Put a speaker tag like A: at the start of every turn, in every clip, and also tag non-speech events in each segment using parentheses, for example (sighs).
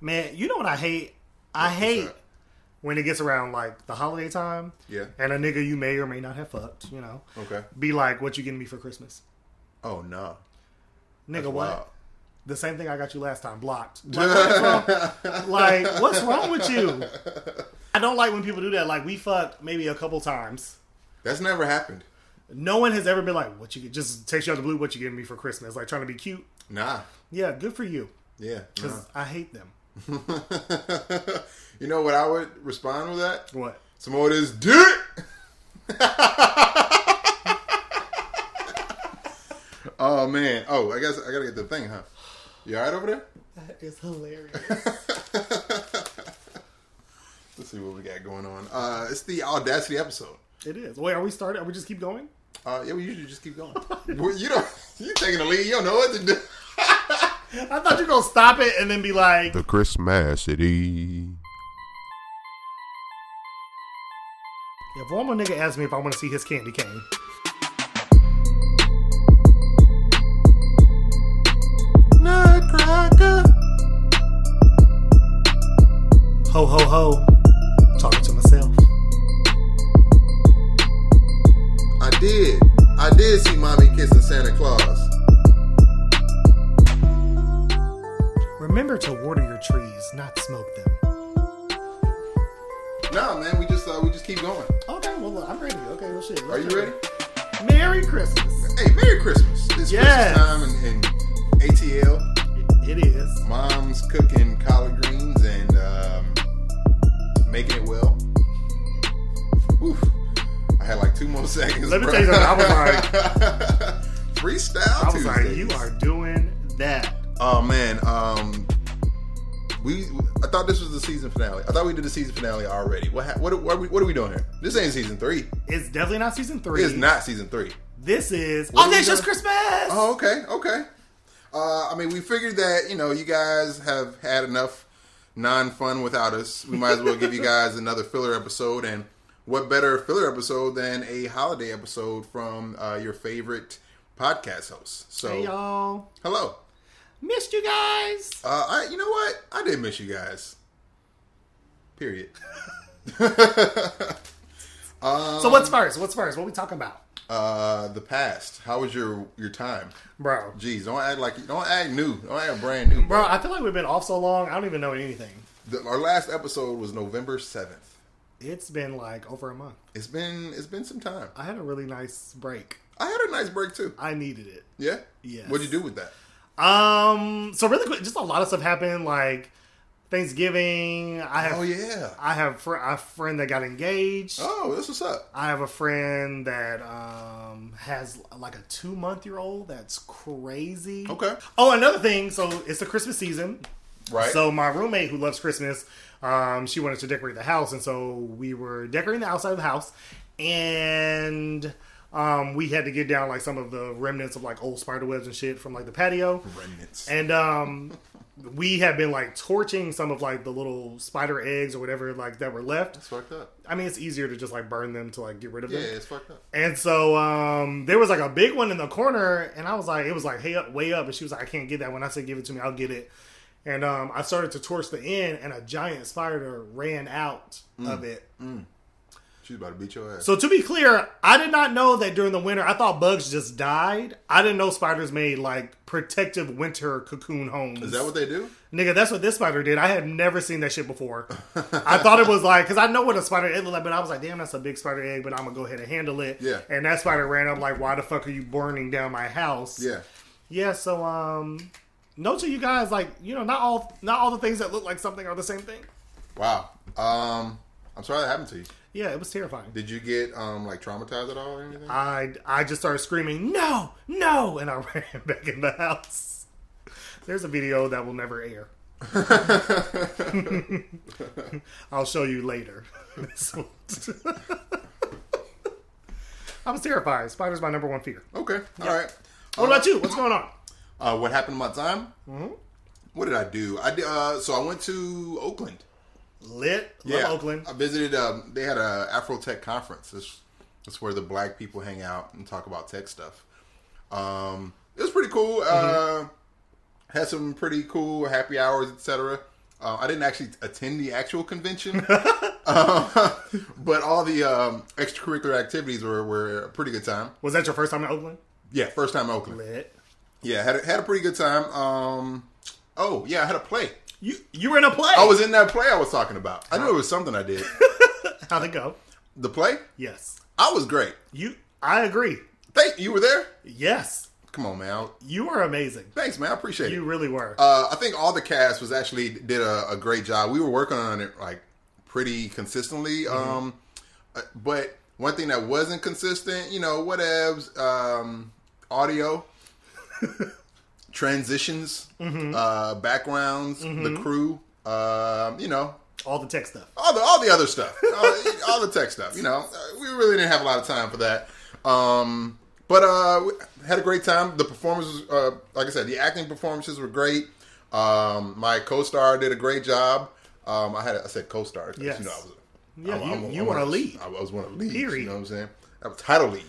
A: Man, you know what I hate? I
B: What's
A: hate
B: that?
A: when it gets around like the holiday time
B: Yeah.
A: and a nigga you may or may not have fucked, you know,
B: Okay.
A: be like, what you getting me for Christmas?
B: Oh no.
A: Nigga,
B: That's
A: what?
B: wild.
A: The same thing I got you last time,
B: (laughs)
A: blocked. Like, what's wrong? like, what's wrong with you? I don't like when people do that. Like, we fucked maybe a couple times.
B: That's never happened.
A: No one has ever been like, what you just takes you out of the blue, what you getting me for Christmas? Like, trying to be cute.
B: Nah.
A: Yeah, good for you.
B: Yeah. nah.
A: Because I hate them.
B: (laughs) you know what I would respond with that?
A: What?
B: Some of this dick. (laughs) oh man. Oh, I guess I gotta get the thing, huh? You all right over there?
A: That is hilarious.
B: Let's see what we got going on. Uh, it's the audacity episode.
A: (laughs) it is. Wait, are we started? Are we just keep going?
B: Uh, yeah, we usually just keep going. Well, you don't. You taking the lead. You don't know what to do.
A: I thought you were going to stop it and then be like,
C: The Christmasity.
A: if one more nigga asks me if I want to see his candy cane,
B: Nutcracker.
A: ho, ho, ho, talking to myself.
B: I did. I did see mommy kissing Santa Claus.
A: Remember to water your trees, not smoke them.
B: No, man, we just uh, we just keep going.
A: Okay, well, look, I'm ready. Okay, well, shit.
B: Are you ready?
A: Merry Christmas.
B: Hey, Merry Christmas! It's
A: Yes.
B: Christmas time in, in ATL.
A: It is.
B: Mom's cooking collard greens and um, making it well. Oof. I had like two more (laughs) seconds.
A: Let me
B: bruh.
A: tell you something. I was
B: (laughs) freestyle.
A: I was like,
B: Tuesdays.
A: you are doing that.
B: Oh man, um, we. I thought this was the season finale. I thought we did the season finale already. What? Ha- what, are, what, are we, what are we doing here? This ain't season three.
A: It's definitely not season three.
B: It's not season three.
A: This is.
B: What
A: oh,
B: are we
A: that's just
B: doing?
A: Christmas.
B: Oh, okay, okay. Uh, I mean, we figured that you know you guys have had enough non-fun without us. We might as well give you guys another filler episode, and what better filler episode than a holiday episode from uh, your favorite podcast host? So,
A: Hey, y'all.
B: hello.
A: Missed you guys.
B: Uh, I, you know what? I did miss you guys. Period.
A: so, what's first? What's first? What we talking about?
B: Uh, the past. How was your your time?
A: Bro.
B: Jeez, don't act like don't act new. Don't act brand new,
A: Bro, I feel like we've been off so long, I don't even know anything.
B: The, our last episode was November seventh.
A: It's been like over a month.
B: It's been it's been some time.
A: I had a really nice break.
B: I had a nice break too.
A: I needed it.
B: Yeah.
A: Yes.
B: What'd you do with that?
A: Um. So really quick, just a lot of stuff happened. Like Thanksgiving. I have.
B: Oh yeah.
A: I have fr- a friend that got engaged.
B: Oh, that's what's up.
A: I have a friend that um has like a two month year old. That's crazy.
B: Okay.
A: Oh, another thing. So it's the Christmas season.
B: Right.
A: So my roommate who loves Christmas, um, she wanted to decorate the house, and so we were decorating the outside of the house, and um, we had to get down like some of the remnants of like old spider webs and shit from like the patio.
B: remnants.
A: And um, we had been like torching some of like the little spider eggs or whatever like that were left.
B: It's fucked up.
A: I mean, it's easier to just like burn them to like get rid of
B: Yeah,
A: them.
B: it's fucked up.
A: And so um, there was like a big one in the corner, and I was like, it was like hey up, way up, and she was like, I can't get that one. I said, give it to me, I'll get it. And um, I started to torch the end, and a giant spider ran out
B: Mm.
A: of it.
B: She's about to beat your ass.
A: So to be clear, I did not know that during the winter. I thought bugs just died. I didn't know spiders made like protective winter cocoon homes.
B: Is that what they do?
A: Nigga, that's what this spider did. I had never seen that shit before. I thought it was like, because I know what a spider egg looked like, but I was like, damn, that's a big spider egg, but I'm going to go ahead and handle it.
B: Yeah.
A: And that spider ran up like, why the fuck are you burning down my house?
B: Yeah.
A: Yeah, so, um, note to you guys, like, you know, not all not all the things that look like something are the same thing.
B: Wow. Um, I'm sorry that happened to you.
A: Yeah, it was terrifying.
B: Did you get um like traumatized at all or anything?
A: I, I just started screaming, no, no, and I (laughs) ran back in the house. There's a video that will never air.
B: (laughs)
A: I'll show you (laughs) later. I was terrified. Spider's my number one fear.
B: okay. All right.
A: What about you? What's going on?
B: Uh, what happened to my time?
A: Mm-hmm.
B: What did I do? I did, uh, so I went to Oakland.
A: Lit. Love Oakland.
B: I visited. Um, they had a Afro Tech conference. That's that's where the black people hang out and talk about tech stuff. Um,
A: Mm-hmm.
B: it was pretty cool. Uh, had some pretty cool happy hours, etc. Uh, I didn't actually attend the
A: (laughs)
B: actual convention, (laughs) Uh, but all the um, extracurricular activities were, were a pretty good time.
A: Was that your first time in Oakland?
B: Yeah, first time in Oakland.
A: Lit.
B: Yeah, had a, had a pretty good time. Um, oh yeah, I had a play.
A: You you were in a play.
B: I was in that play I was talking about. I knew it was something I did.
A: How'd it go?
B: the play,
A: Yes.
B: I was great.
A: You. I agree.
B: Thank you were there.
A: Yes.
B: Come on, man.
A: You were amazing.
B: Thanks, man. I appreciate it.
A: You really were.
B: Uh, I think all the cast was actually did a, a great job. We were working on it like pretty consistently. Um, uh, but one thing that wasn't consistent, you know, whatevs, um, audio, transitions, uh, backgrounds, the crew, um, you know,
A: All the tech stuff.
B: all the all the other stuff, all, all the tech stuff. You know, Uh, we really didn't have a lot of time for that. Um, but uh, we had a great time. The performances, uh, like I said, the acting performances were great. Um, my co-star did a great job. Um, I had I said co-star. 'cause,
A: Yes.
B: You know, I was.
A: Yeah,
B: I'm-
A: you-
B: I'm-
A: you
B: I'm
A: want
B: a-
A: to lead.
B: I was one of the leads. You
A: Period.
B: know what I'm saying? I was title lead.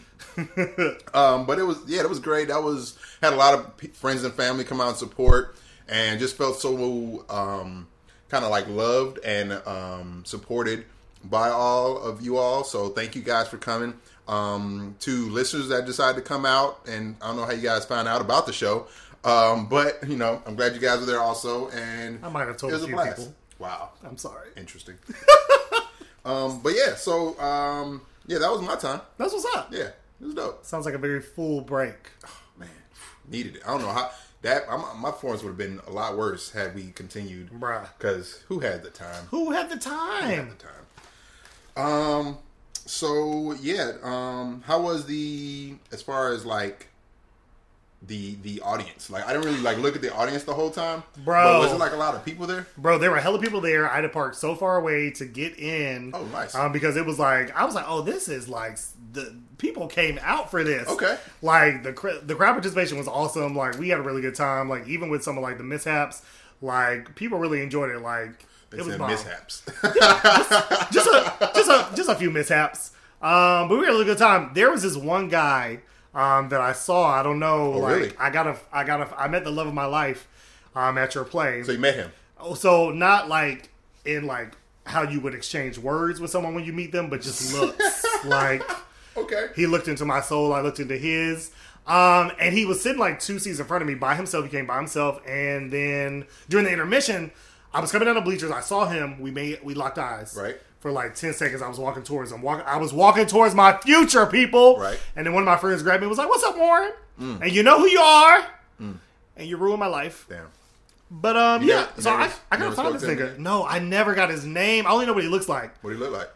B: um, but it was yeah, it was great. That was had a lot of p- friends and family come out and support, and just felt so um, kind of like loved and um, supported by all of you all. So thank you guys for coming. Um, to listeners that decided to come out, and I don't know how you guys found out about the show, um, but you know I'm glad you guys were there also. And
A: I might have told
B: it was
A: a
B: a
A: few
B: blast.
A: people.
B: Wow,
A: I'm sorry.
B: interesting. (laughs) um, but yeah, so um, yeah, that was my time.
A: That's what's up.
B: Yeah, it was dope.
A: Sounds like a very full break.
B: Man, needed it. I don't know how that I'm, my performance would have been a lot worse had we continued.
A: Bruh.
B: because who had the time?
A: Who had the time?
B: Had the time. Um. So yeah. Um. How was the as far as like the the audience? Like I didn't really like look at the audience the whole time.
A: Bro.
B: but was it like a lot of people there?
A: Bro, there were hella people there. I had to park so far away to get in.
B: Oh, nice.
A: Um, because it was like I was like, oh, this is like s- the people came out for this.
B: Okay.
A: Like the cr- the crowd participation was awesome. Like we had a really good time. Like even with some of like the mishaps, like people really enjoyed it. Like
B: They
A: it was
B: said
A: bomb.
B: mishaps.
A: (laughs)
B: (laughs)
A: just a just a just a few mishaps. Um, but we had a really good time. There was this one guy um, that I saw. I don't know. like
B: Oh, really?
A: I got a I got a I met the love of my life um, at your play.
B: so you met him.
A: Oh, so not like in like how you would exchange words with someone when you meet them, but just
B: (laughs)
A: looks. like
B: Okay.
A: he looked into my soul, I looked into his. Um, and he was sitting like two seats in front of me by himself. He came by himself, and then during the intermission, I was coming down the bleachers. I saw him. We made we locked eyes
B: Right.
A: for like ten seconds. I was walking towards him. Walk, I was walking towards my future people.
B: Right. Mm.
A: And then one of my friends grabbed me. and Was like, "What's up, Warren? And you know who you are, and you ruined my life."
B: Damn.
A: But um,
B: You
A: yeah.
B: never-
A: so
B: you
A: I,
B: never-
A: I gotta
B: never
A: find
B: spoke
A: this
B: to him,
A: nigga. No, I never got his name. I only know what he looks like.
B: What do you look like?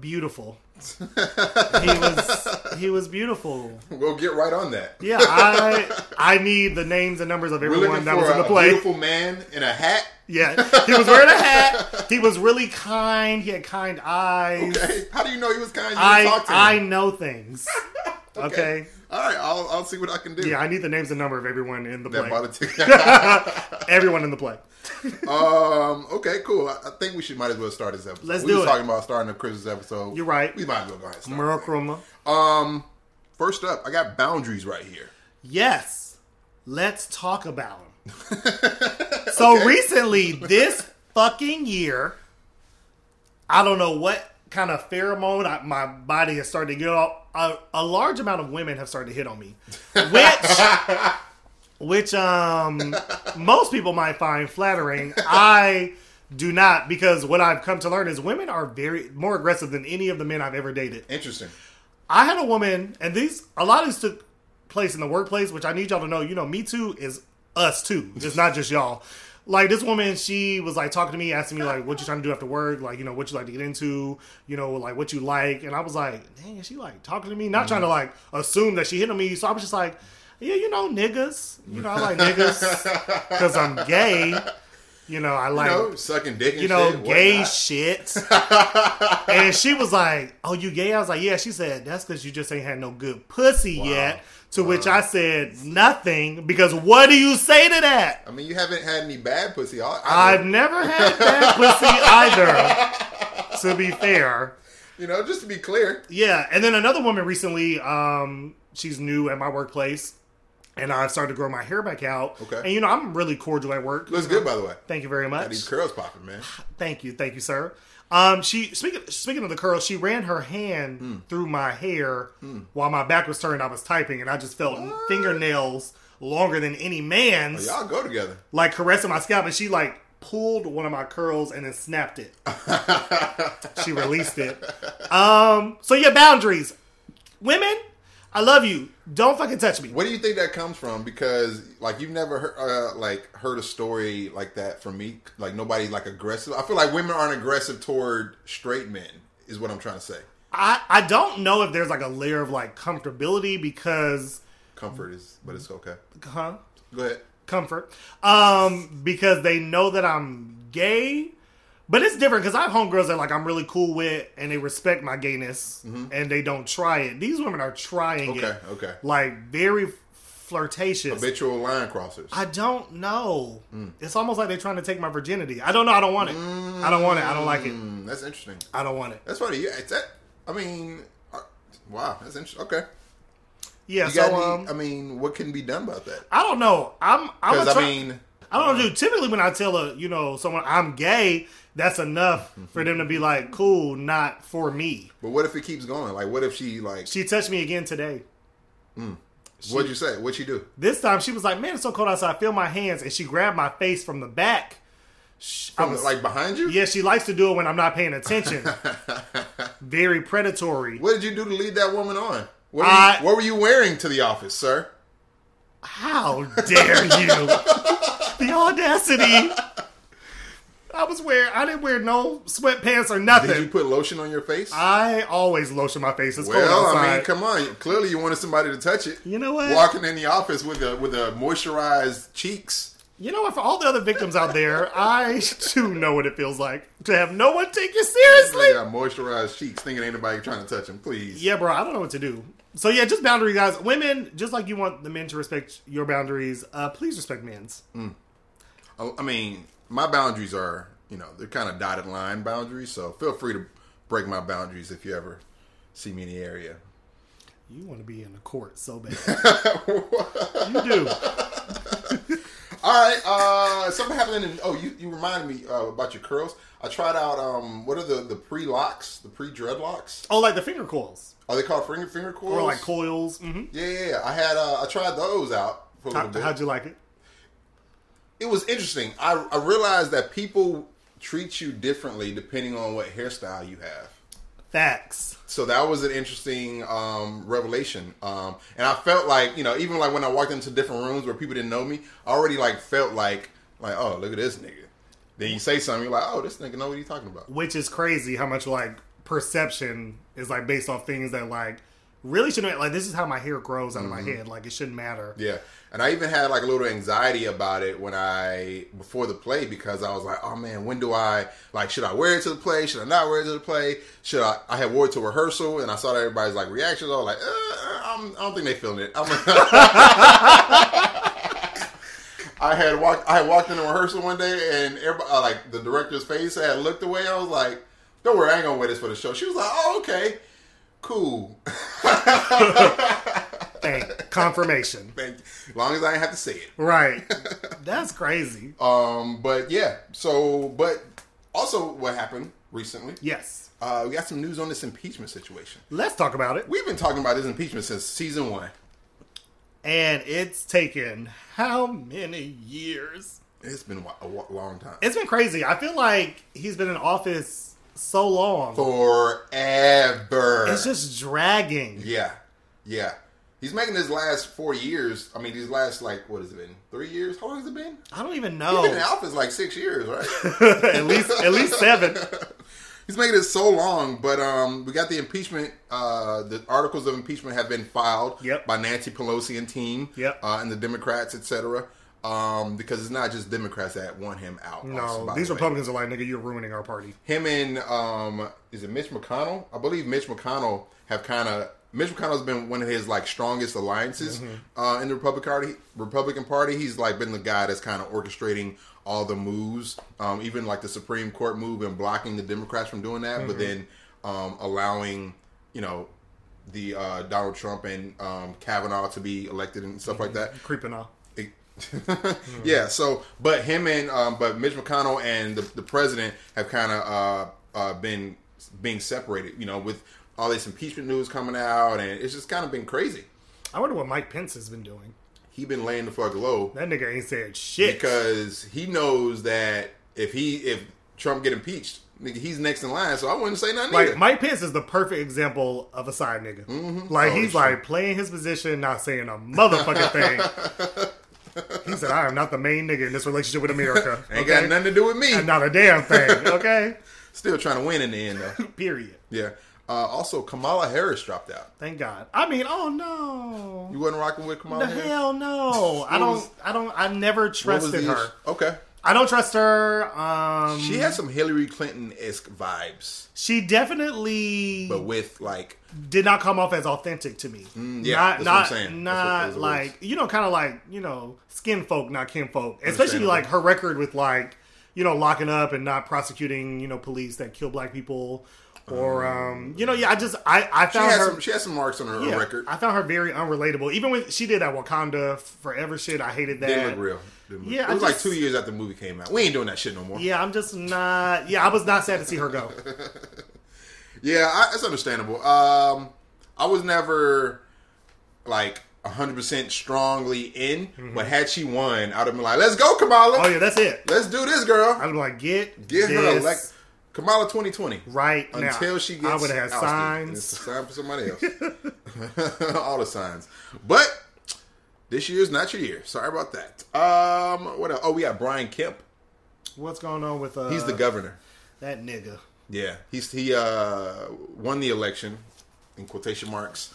A: Beautiful.
B: (laughs)
A: he was he was beautiful.
B: We'll get right on that.
A: Yeah, I I need the names and numbers of
B: We're
A: everyone
B: looking
A: that was
B: for
A: in
B: a,
A: the
B: a
A: play.
B: beautiful man in a hat.
A: Yeah, he was wearing a hat. He was really kind. He had kind eyes.
B: Okay. How do you know he was kind? You didn't
A: I
B: talk to him.
A: I know
B: (laughs)
A: things. Okay.
B: All right, I'll, I'll see what I can do.
A: Yeah, I need the names and number of everyone in the
B: That
A: play.
B: bought
A: (laughs)
B: a ticket.
A: Everyone in the play.
B: um. Okay. Cool. I, I think we should might as well start this episode.
A: Let's
B: we
A: do
B: were
A: it.
B: talking about starting a Christmas episode.
A: You're right.
B: We might as well go ahead. And start it.
A: Murakuruma.
B: um. First up, I got boundaries right here.
A: Yes, let's talk about him. so recently, this fucking year, I don't know what kind of pheromone I, my body has started to get off. A, a large amount of women have started to hit on me, which, which um, most people might find flattering. I do not because what I've come to learn is women are very more aggressive than any of the men I've ever dated.
B: Interesting.
A: I had a woman, and these a lot of this took place in the workplace, which I need y'all to know. You know, Me Too is us too. It's not just y'all. Like this woman, she was like talking to me, asking me like, "What you trying to do after work? Like, you know, what you like to get into? You know, like what you like?" And I was like, "Dang, is she like talking to me? Not trying to like assume that she hit on me." So I was just like, "Yeah, you know, niggas. You know, I like niggas
B: (laughs)
A: because I'm gay. You know, I
B: You
A: like
B: know, sucking dick. And
A: you know,
B: shit,
A: gay
B: whatnot.
A: shit.
B: (laughs)
A: and she was like, "Oh, you gay?" I was like, "Yeah." She said, "That's because you just ain't had no good pussy yet." To which I said, "Nothing," because what do you say to that?
B: I mean, you haven't had any bad pussy. All, I
A: I've never had
B: (laughs)
A: that pussy either. To be fair,
B: you know, just to be clear.
A: yeah. And then another woman recently, um, she's new at my workplace. and I've started to grow my hair back out.
B: Okay.
A: And you know, I'm really cordial at work.
B: Looks good, by the way.
A: Thank you very
B: Got
A: much.
B: these curls
A: (sighs)
B: popping, man.
A: Thank you, thank you, sir. Um, she speaking speaking of the curls, she ran her hand through my hair while my back was turned. I was typing, and I just felt fingernails longer than any man's,
B: Y'all go together.
A: like caressing my scalp. And she like pulled one of my curls and then snapped it. she released it. Um, so yeah, boundaries, women. I love you. Don't fucking touch me.
B: What do you think that comes from? Because like you've never heard, uh, like heard a story like that from me. Like nobody's like aggressive. I feel like women aren't aggressive toward straight men. Is what I'm trying to say.
A: I I don't know if there's like a layer of like comfortability because
B: Comfort is, but it's okay.
A: huh.
B: Go ahead.
A: comfort um because they know that i'm gay but it's different because i have homegirls that like i'm really cool with and they respect my gayness and they don't try it these women are trying
B: Mm-hmm. Okay,
A: it
B: okay.
A: like very flirtatious
B: Habitual line crossers.
A: i don't know
B: Mm.
A: it's almost like they're trying to take my virginity i don't know i don't want it i don't want it i don't like it
B: Mm, that's interesting.
A: i don't want it
B: That's funny. Yeah, it's that. I mean, uh, wow, that's interesting. Okay.
A: yeah
B: You
A: so
B: got any-
A: um
B: I mean, what can be done about that?
A: i don't know i'm i'm
B: Because
A: a
B: I
A: try-
B: mean,
A: I don't know, dude. Typically, when I tell a you know someone I'm gay, that's enough for them to be like, "Cool, not for me."
B: but what if it keeps going? Like, what if she like?
A: She touched me again today.
B: what'd you say? What'd she do?
A: This time, she was like, "Man, it's so cold outside." I feel my hands, and she grabbed my face from the back. Sh I
B: From,
A: was like,
B: like behind you?
A: "Yeah, she likes to do it when I'm not paying
B: (laughs)
A: attention." Very predatory.
B: What did you do to lead that woman on? What were,
A: I-
B: you, what were you wearing to the office, sir?
A: How dare you? the audacity! I was wearing. I didn't wear no sweatpants or
B: Did you
A: nothing.
B: put lotion on your face?
A: I always lotion my face. It's cold
B: well,
A: outside.
B: I mean, come on. Clearly, you wanted somebody to touch it.
A: You know what?
B: Walking in the office with a with a moisturized cheeks.
A: You know what? For all the other victims out there, I too know what it feels like to have no one take you seriously.
B: Yeah, moisturized cheeks. Thinking ain't nobody trying to touch him. Please.
A: Yeah, bro, I don't know what to do. So yeah, just boundary, guys. Women, just like you want the men to respect your boundaries, uh, please respect men's.
B: I I mean, my boundaries are, you know, they're kind of dotted line boundaries. So feel free to break my boundaries if you ever see me in the area.
A: You want to be in the court so
B: (laughs)
A: bad. you do.
B: All right. Uh, something happened. In, oh, you, you reminded me uh, about your curls. I tried out. Um, what are the the pre locks? The pre dreadlocks?
A: Oh, like the finger coils
B: Are they called finger finger coils?
A: or like coils. hmm
B: Yeah, yeah. yeah. I had. Uh, I tried those out for a little
A: How,
B: bit.
A: how'd you like it?
B: it was interesting. I I realized that people treat you differently depending on what hairstyle you have.
A: Facts.
B: so that was an interesting um, revelation um, and i felt like you know even like when i walked into different rooms where people didn't know me i already like felt like like oh look at this nigga then you say something you're like oh this nigga know what he talking about
A: which is crazy how much like perception is like based off things that like really shouldn't like this is how my hair grows out of my
B: Mm-hmm.
A: head like it shouldn't matter
B: yeah and i even had like a little anxiety about it when i before the play because i was like oh man when do i like should i wear it to the play should i not wear it to the play should i i had wore it to rehearsal and i saw everybody's like reactions i was like uh, uh, I'm, i don't think they feeling it i'm like (laughs) I had walked. I had walked into rehearsal one day, and everybody, uh, like the director's face had looked away. I was like, "Don't worry, I ain't gonna wear this for the show." She was like, "Oh, okay, cool. (laughs)
A: Thank confirmation
B: Thank you. As long as I ain't have to say it."
A: right that's crazy
B: Um, but yeah. So, but also, what happened recently?
A: yes
B: Uh, we got some news on this impeachment situation.
A: let's talk about it
B: We've been talking about this impeachment since season one.
A: and it's taken how many years
B: It's been wa- a wa- long time.
A: it's been crazy i feel like he's been in office so long
B: Forever.
A: it's just dragging
B: Yeah, yeah. He's making his last four years. I mean, these last like what has it been? Three years? How long has it been?
A: i don't even
B: He's been in
A: know
B: office like six years,
A: (laughs)
B: right?
A: at least at least
B: (laughs)
A: seven
B: He's making it so long, but um, we got the impeachment. Uh, the articles of impeachment have been filed
A: Yep.
B: by Nancy Pelosi and team.
A: Yep.
B: Uh, and the Democrats, etc. Um, because it's not just Democrats that want him out. also,
A: no
B: by
A: these
B: the way.
A: republicans are like nigga you're ruining our party
B: him and um is it Mitch McConnell? I believe Mitch McConnell have kind of Mitch McConnell's been one of his like strongest alliances uh, in the Republican Party. Republican Party, he's like been the guy that's kind of orchestrating all the moves, um, even like the Supreme Court move and blocking the Democrats from doing that, but then um, allowing you know the uh, Donald Trump and um, Kavanaugh to be elected and stuff like that.
A: Creeping off.
B: It-
A: Hmm.
B: yeah. So, but him and um, but Mitch McConnell and the, the president have kind of uh, uh, been being separated. You know, with all this impeachment news coming out, and it's just kind of been crazy.
A: I wonder what Mike Pence has been doing.
B: He been laying the fuck low
A: That nigga ain't said shit.
B: because he knows that if he if Trump get impeached, nigga, he's next in line. So I wouldn't say nothing.
A: like
B: either.
A: Mike Pence is the perfect example of a side nigga. Like
B: Oh,
A: he's
B: sure.
A: like playing his position, not saying a motherfucking thing.
B: (laughs)
A: he said, "I am not the main nigga in this relationship with America.
B: ain't
A: okay?
B: got nothing to do with me.
A: And not a damn thing. Okay, (laughs)
B: Still trying to win in the end though.
A: period.
B: yeah. Uh, also, Kamala Harris dropped out.
A: Thank God. I mean, oh no,
B: You wasn't rocking with Kamala
A: the
B: Harris.
A: hell no. I
B: was-
A: don't. I don't. I never
B: What was
A: trusted her.
B: the issue? Okay.
A: I don't trust her. Um,
B: She has some Hillary Clinton esque vibes,
A: she definitely
B: but with like,
A: did not come off as authentic to me.
B: Mm, yeah,
A: not,
B: that's what
A: not,
B: I'm saying. That's what-
A: Not
B: those are
A: like
B: words.
A: you know, kind of like you know, skin folk, not kin folk. Especially
B: Understandable.
A: like her record with like you know, locking up and not prosecuting you know police that kill black people, or um, you know, yeah. I just I I
B: she
A: found
B: has
A: her.
B: some she has some marks on her
A: yeah,
B: record.
A: I found her very unrelatable. Even when she did that Wakanda Forever shit, I hated that.
B: Didn't look real. Didn't look-
A: Yeah,
B: it
A: I
B: was like
A: just-
B: two years after the movie came out. We ain't doing that shit no more. Yeah,
A: Yeah, I'm just not. Yeah, I was not sad to see her go.
B: I, it's understandable. Um, I was never like hundred percent strongly in, but had she won, I'd have been like, "Let's go, Kamala.
A: Mm-hmm. Oh yeah, that's it.
B: Let's do this, girl.
A: I'm like, get
B: Get her
A: this
B: elect Kamala twenty twenty
A: right now.
B: until she gets.
A: I would have had
B: ousted.
A: signs.
B: And It's a sign for somebody
A: (laughs)
B: else. (laughs) All the signs, but this year's not your year. Sorry about that. Um, what else? Oh, we got Brian Kemp.
A: What's going on with uh?
B: He's the governor.
A: that nigga.
B: Yeah, he's he uh won the election in quotation marks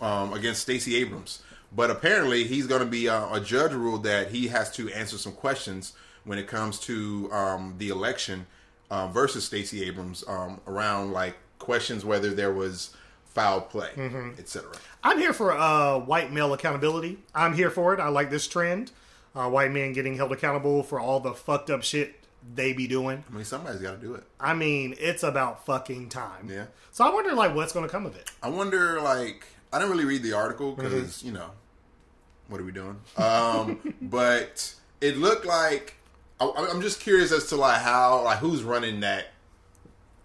B: um, against Stacey Abrams, but apparently he's going to be uh, a judge ruled that he has to answer some questions when it comes to um, the election um, versus Stacey Abrams um, around like questions whether there was foul play, etc.
A: I'm here for uh white male accountability. I'm here for it. I like this trend. Uh, white men getting held accountable for all the fucked up shit they be doing.
B: I mean, somebody's got to do it.
A: I mean, it's about fucking time.
B: Yeah.
A: So I wonder like what's going to come of it.
B: I wonder, like, I didn't really read the article
A: Mm-hmm.
B: because you know, what are we doing?
A: (laughs)
B: Um, but it looked like I, I'm just curious as to like how, like, who's running that,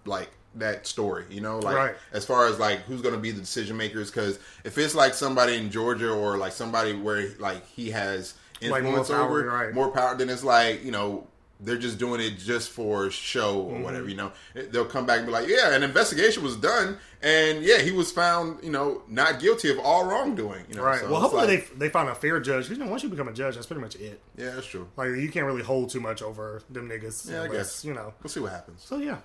B: like that story. You know, like
A: Right.
B: as far as like who's going to be the decision makers. Because if it's like somebody in Georgia or like somebody where like he has
A: Like, more
B: influence
A: power,
B: over
A: right.
B: more power, then it's like you know. They're just doing it just for show
A: Mm-hmm.
B: or whatever, you know. They'll come back and be like, "Yeah, an investigation was done, and yeah, he was found, you know, not guilty of all wrongdoing." You know,
A: Right.
B: So
A: well,
B: it's
A: hopefully
B: like-
A: they they find a fair judge. 'Cause, You know, once you become a judge, that's pretty much it.
B: yeah, that's true.
A: Like you can't really hold too much over them niggas.
B: Yeah, I
A: unless,
B: guess.
A: you know.
B: We'll see what happens.
A: So yeah,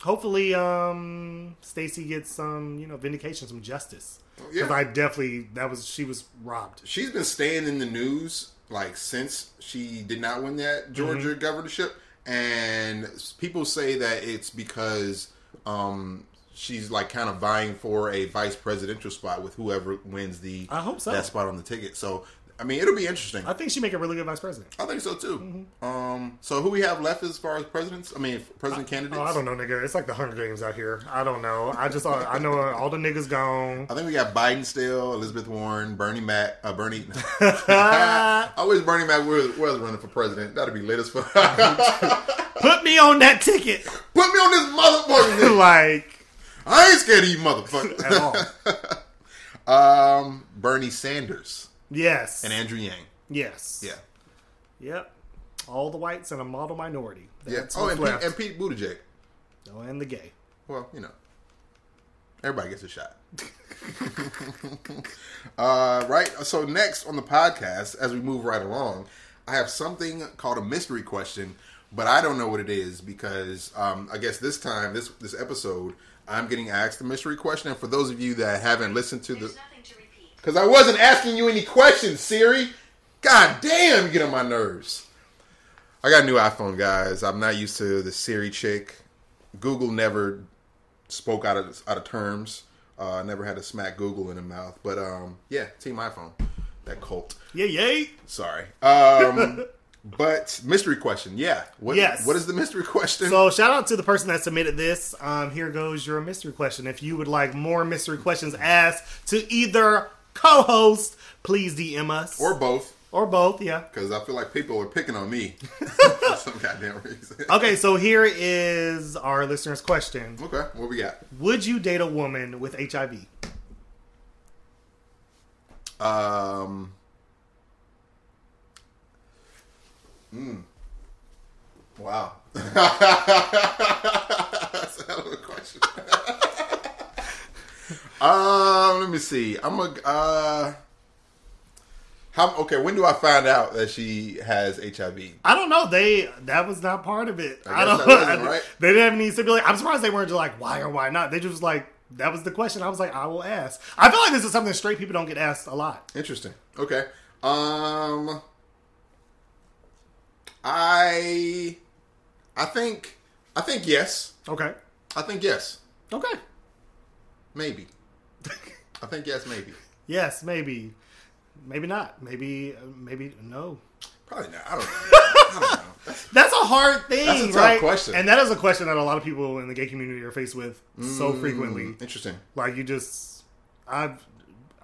A: hopefully, um, Stacy gets some you know vindication, some justice.
B: yeah.
A: Because I definitely that was she was robbed.
B: She's been staying in the news like since she did not win
A: Mm-hmm.
B: that Georgia governorship, and people say that it's because um, she's like kind of vying for a vice presidential spot with whoever wins the
A: I hope so.
B: that spot on the ticket. So. I mean, it'll be interesting.
A: I Mm-hmm. think she make a really good vice president.
B: I think so too. Um, so who we have left as far as presidents? I mean, president candidates.
A: Oh, I don't know, nigga. It's like the Hunger Games out here. I don't know. I just uh, I know all the niggas gone.
B: I think we got Biden still, Elizabeth Warren, Bernie Mac, uh, Bernie.
A: (laughs)
B: (laughs) I wish Bernie Mac was, was running for president. That'd be lit as fuck. (laughs)
A: Put me on that (laughs) ticket,
B: Put me on this
A: (laughs)
B: motherfucker.
A: like
B: I ain't scared of you,
A: at
B: motherfucker.
A: all.
B: um, Bernie Sanders
A: (laughs) Yes.
B: and Andrew Yang.
A: yes.
B: Yeah,
A: Yep. All the whites and a model minority.
B: yeah.
A: That's
B: oh,
A: what's
B: and
A: left.
B: Pete, and Pete Buttigieg.
A: oh, and the gay.
B: Well, you know, everybody gets
A: (laughs)
B: a shot. uh, right. So next on the podcast, as we move right along, I have something called a mystery question, but I don't know what it is because um, I guess this time, this this episode, I'm getting asked the mystery question. And for those of you that haven't listened to the,
D: There's nothing to repeat.
B: because I wasn't asking you any questions, Siri. God damn, you get on my nerves. I got a new iPhone, guys. I'm not used to the Siri chick. Google never spoke out of out of terms. Uh, never had to smack Google in the mouth. But um, yeah, team iPhone, that cult.
A: Yeah, yay. (laughs)
B: Sorry. Um, But mystery question, yeah. What,
A: Yes.
B: What is the mystery (laughs) question?
A: So shout out to the person that submitted this. Um, here goes your mystery question. If you would like more mystery questions asked to either co-host, please DM us
B: or both?
A: or both. Yeah.
B: Because I feel like people are picking on
A: (laughs)
B: me for some goddamn reason.
A: Okay, so here is our listener's question:
B: Okay, what we got?
A: Would you date a woman with HIV?
B: Um. mm. Wow. (laughs) That's a hell of a question. (laughs) um, let me see. I'm a. Uh, how okay? When do I find out that she has HIV?
A: I don't know. They that was not part of it.
B: I
A: I,
B: guess
A: don't.
B: that wasn't,
A: (laughs) I-
B: right?
A: They didn't have any stipulation. I'm surprised they weren't just like why or why not. They just was like that was the question. I was like, I will ask. I feel like this is something straight people don't get asked a lot.
B: Interesting. Okay. Um I I think I think yes.
A: Okay.
B: I think yes.
A: Okay. (laughs)
B: Maybe. I think yes, maybe.
A: Yes, maybe. Maybe not. Maybe maybe no.
B: Probably not.
A: (laughs)
B: I don't know. I don't know.
A: That's a hard thing,
B: That's a tough
A: right?
B: question.
A: And that is a question that a lot of people in the gay community are faced with so frequently.
B: Mm, Interesting.
A: Like you just I've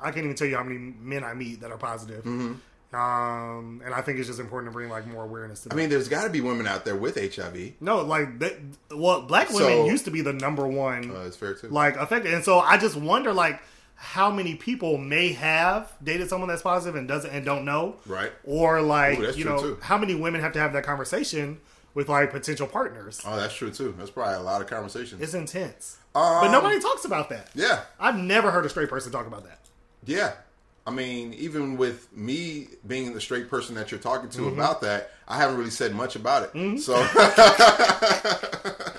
A: I can't even tell you how many men I meet that are positive.
B: Mm-hmm.
A: Um, and I think it's just important to bring like more awareness to
B: I
A: that.
B: mean, there's got to be women out there with HIV.
A: no, like that, well, black women
B: So-
A: used to be the number one
B: Uh, it's fair too.
A: like affected. And so I just wonder like how many people may have dated someone that's positive and doesn't and don't know.
B: Right.
A: Or like
B: Ooh, that's
A: you
B: true,
A: know
B: too.
A: how many women have to have that conversation with like potential partners.
B: oh, that's true too. That's probably a lot of conversations.
A: It's intense.
B: Um,
A: but nobody talks about that.
B: Yeah.
A: I've never heard a straight person talk about that.
B: Yeah. I mean, even with me being the straight person that you're talking to
A: Mm-hmm.
B: about that, I haven't really said much about it.
A: (laughs)
B: So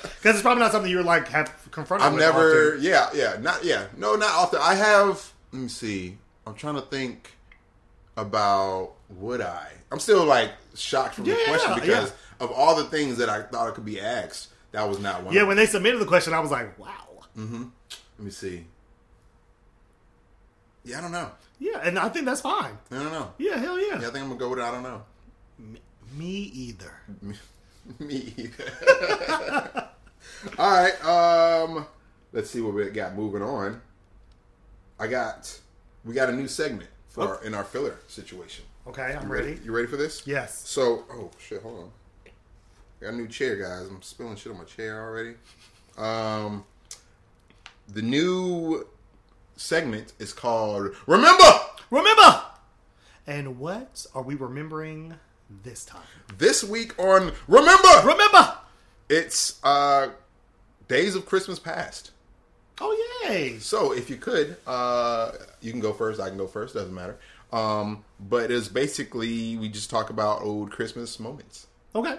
A: Because it's probably not something you're like have confronted
B: I've
A: with
B: never,
A: often.
B: yeah, yeah, not, yeah, no, not often. I have. Let me see. I'm trying to think about would I. I'm still like shocked from the
A: Yeah,
B: question
A: yeah.
B: because of all the things that I thought it could be asked. That was not one.
A: Yeah,
B: of
A: when they submitted the question, I was like, wow.
B: them. Let me see. Yeah, I don't know.
A: Yeah, and I think that's fine.
B: I don't know.
A: Yeah, hell yeah.
B: Yeah, I think I'm gonna go with it. I don't know.
A: Me either.
B: (laughs) Me. either. all right. Um. Let's see what we got moving on. I got. We got a new segment for our, in our filler situation.
A: Okay, I'm
B: You ready?
A: ready.
B: You ready for this?
A: Yes.
B: So, oh shit, hold on. I got a new chair, guys. I'm spilling shit on my chair already. Um, the new segment is called "Remember."
A: Remember! And what are we remembering this time?
B: This week on "Remember,"
A: Remember!
B: it's uh, days of Christmas past.
A: Oh, yay!
B: So, if you could, uh, you can go first. I can go first. Doesn't matter. Um, but it's basically we just talk about old Christmas moments.
A: Okay.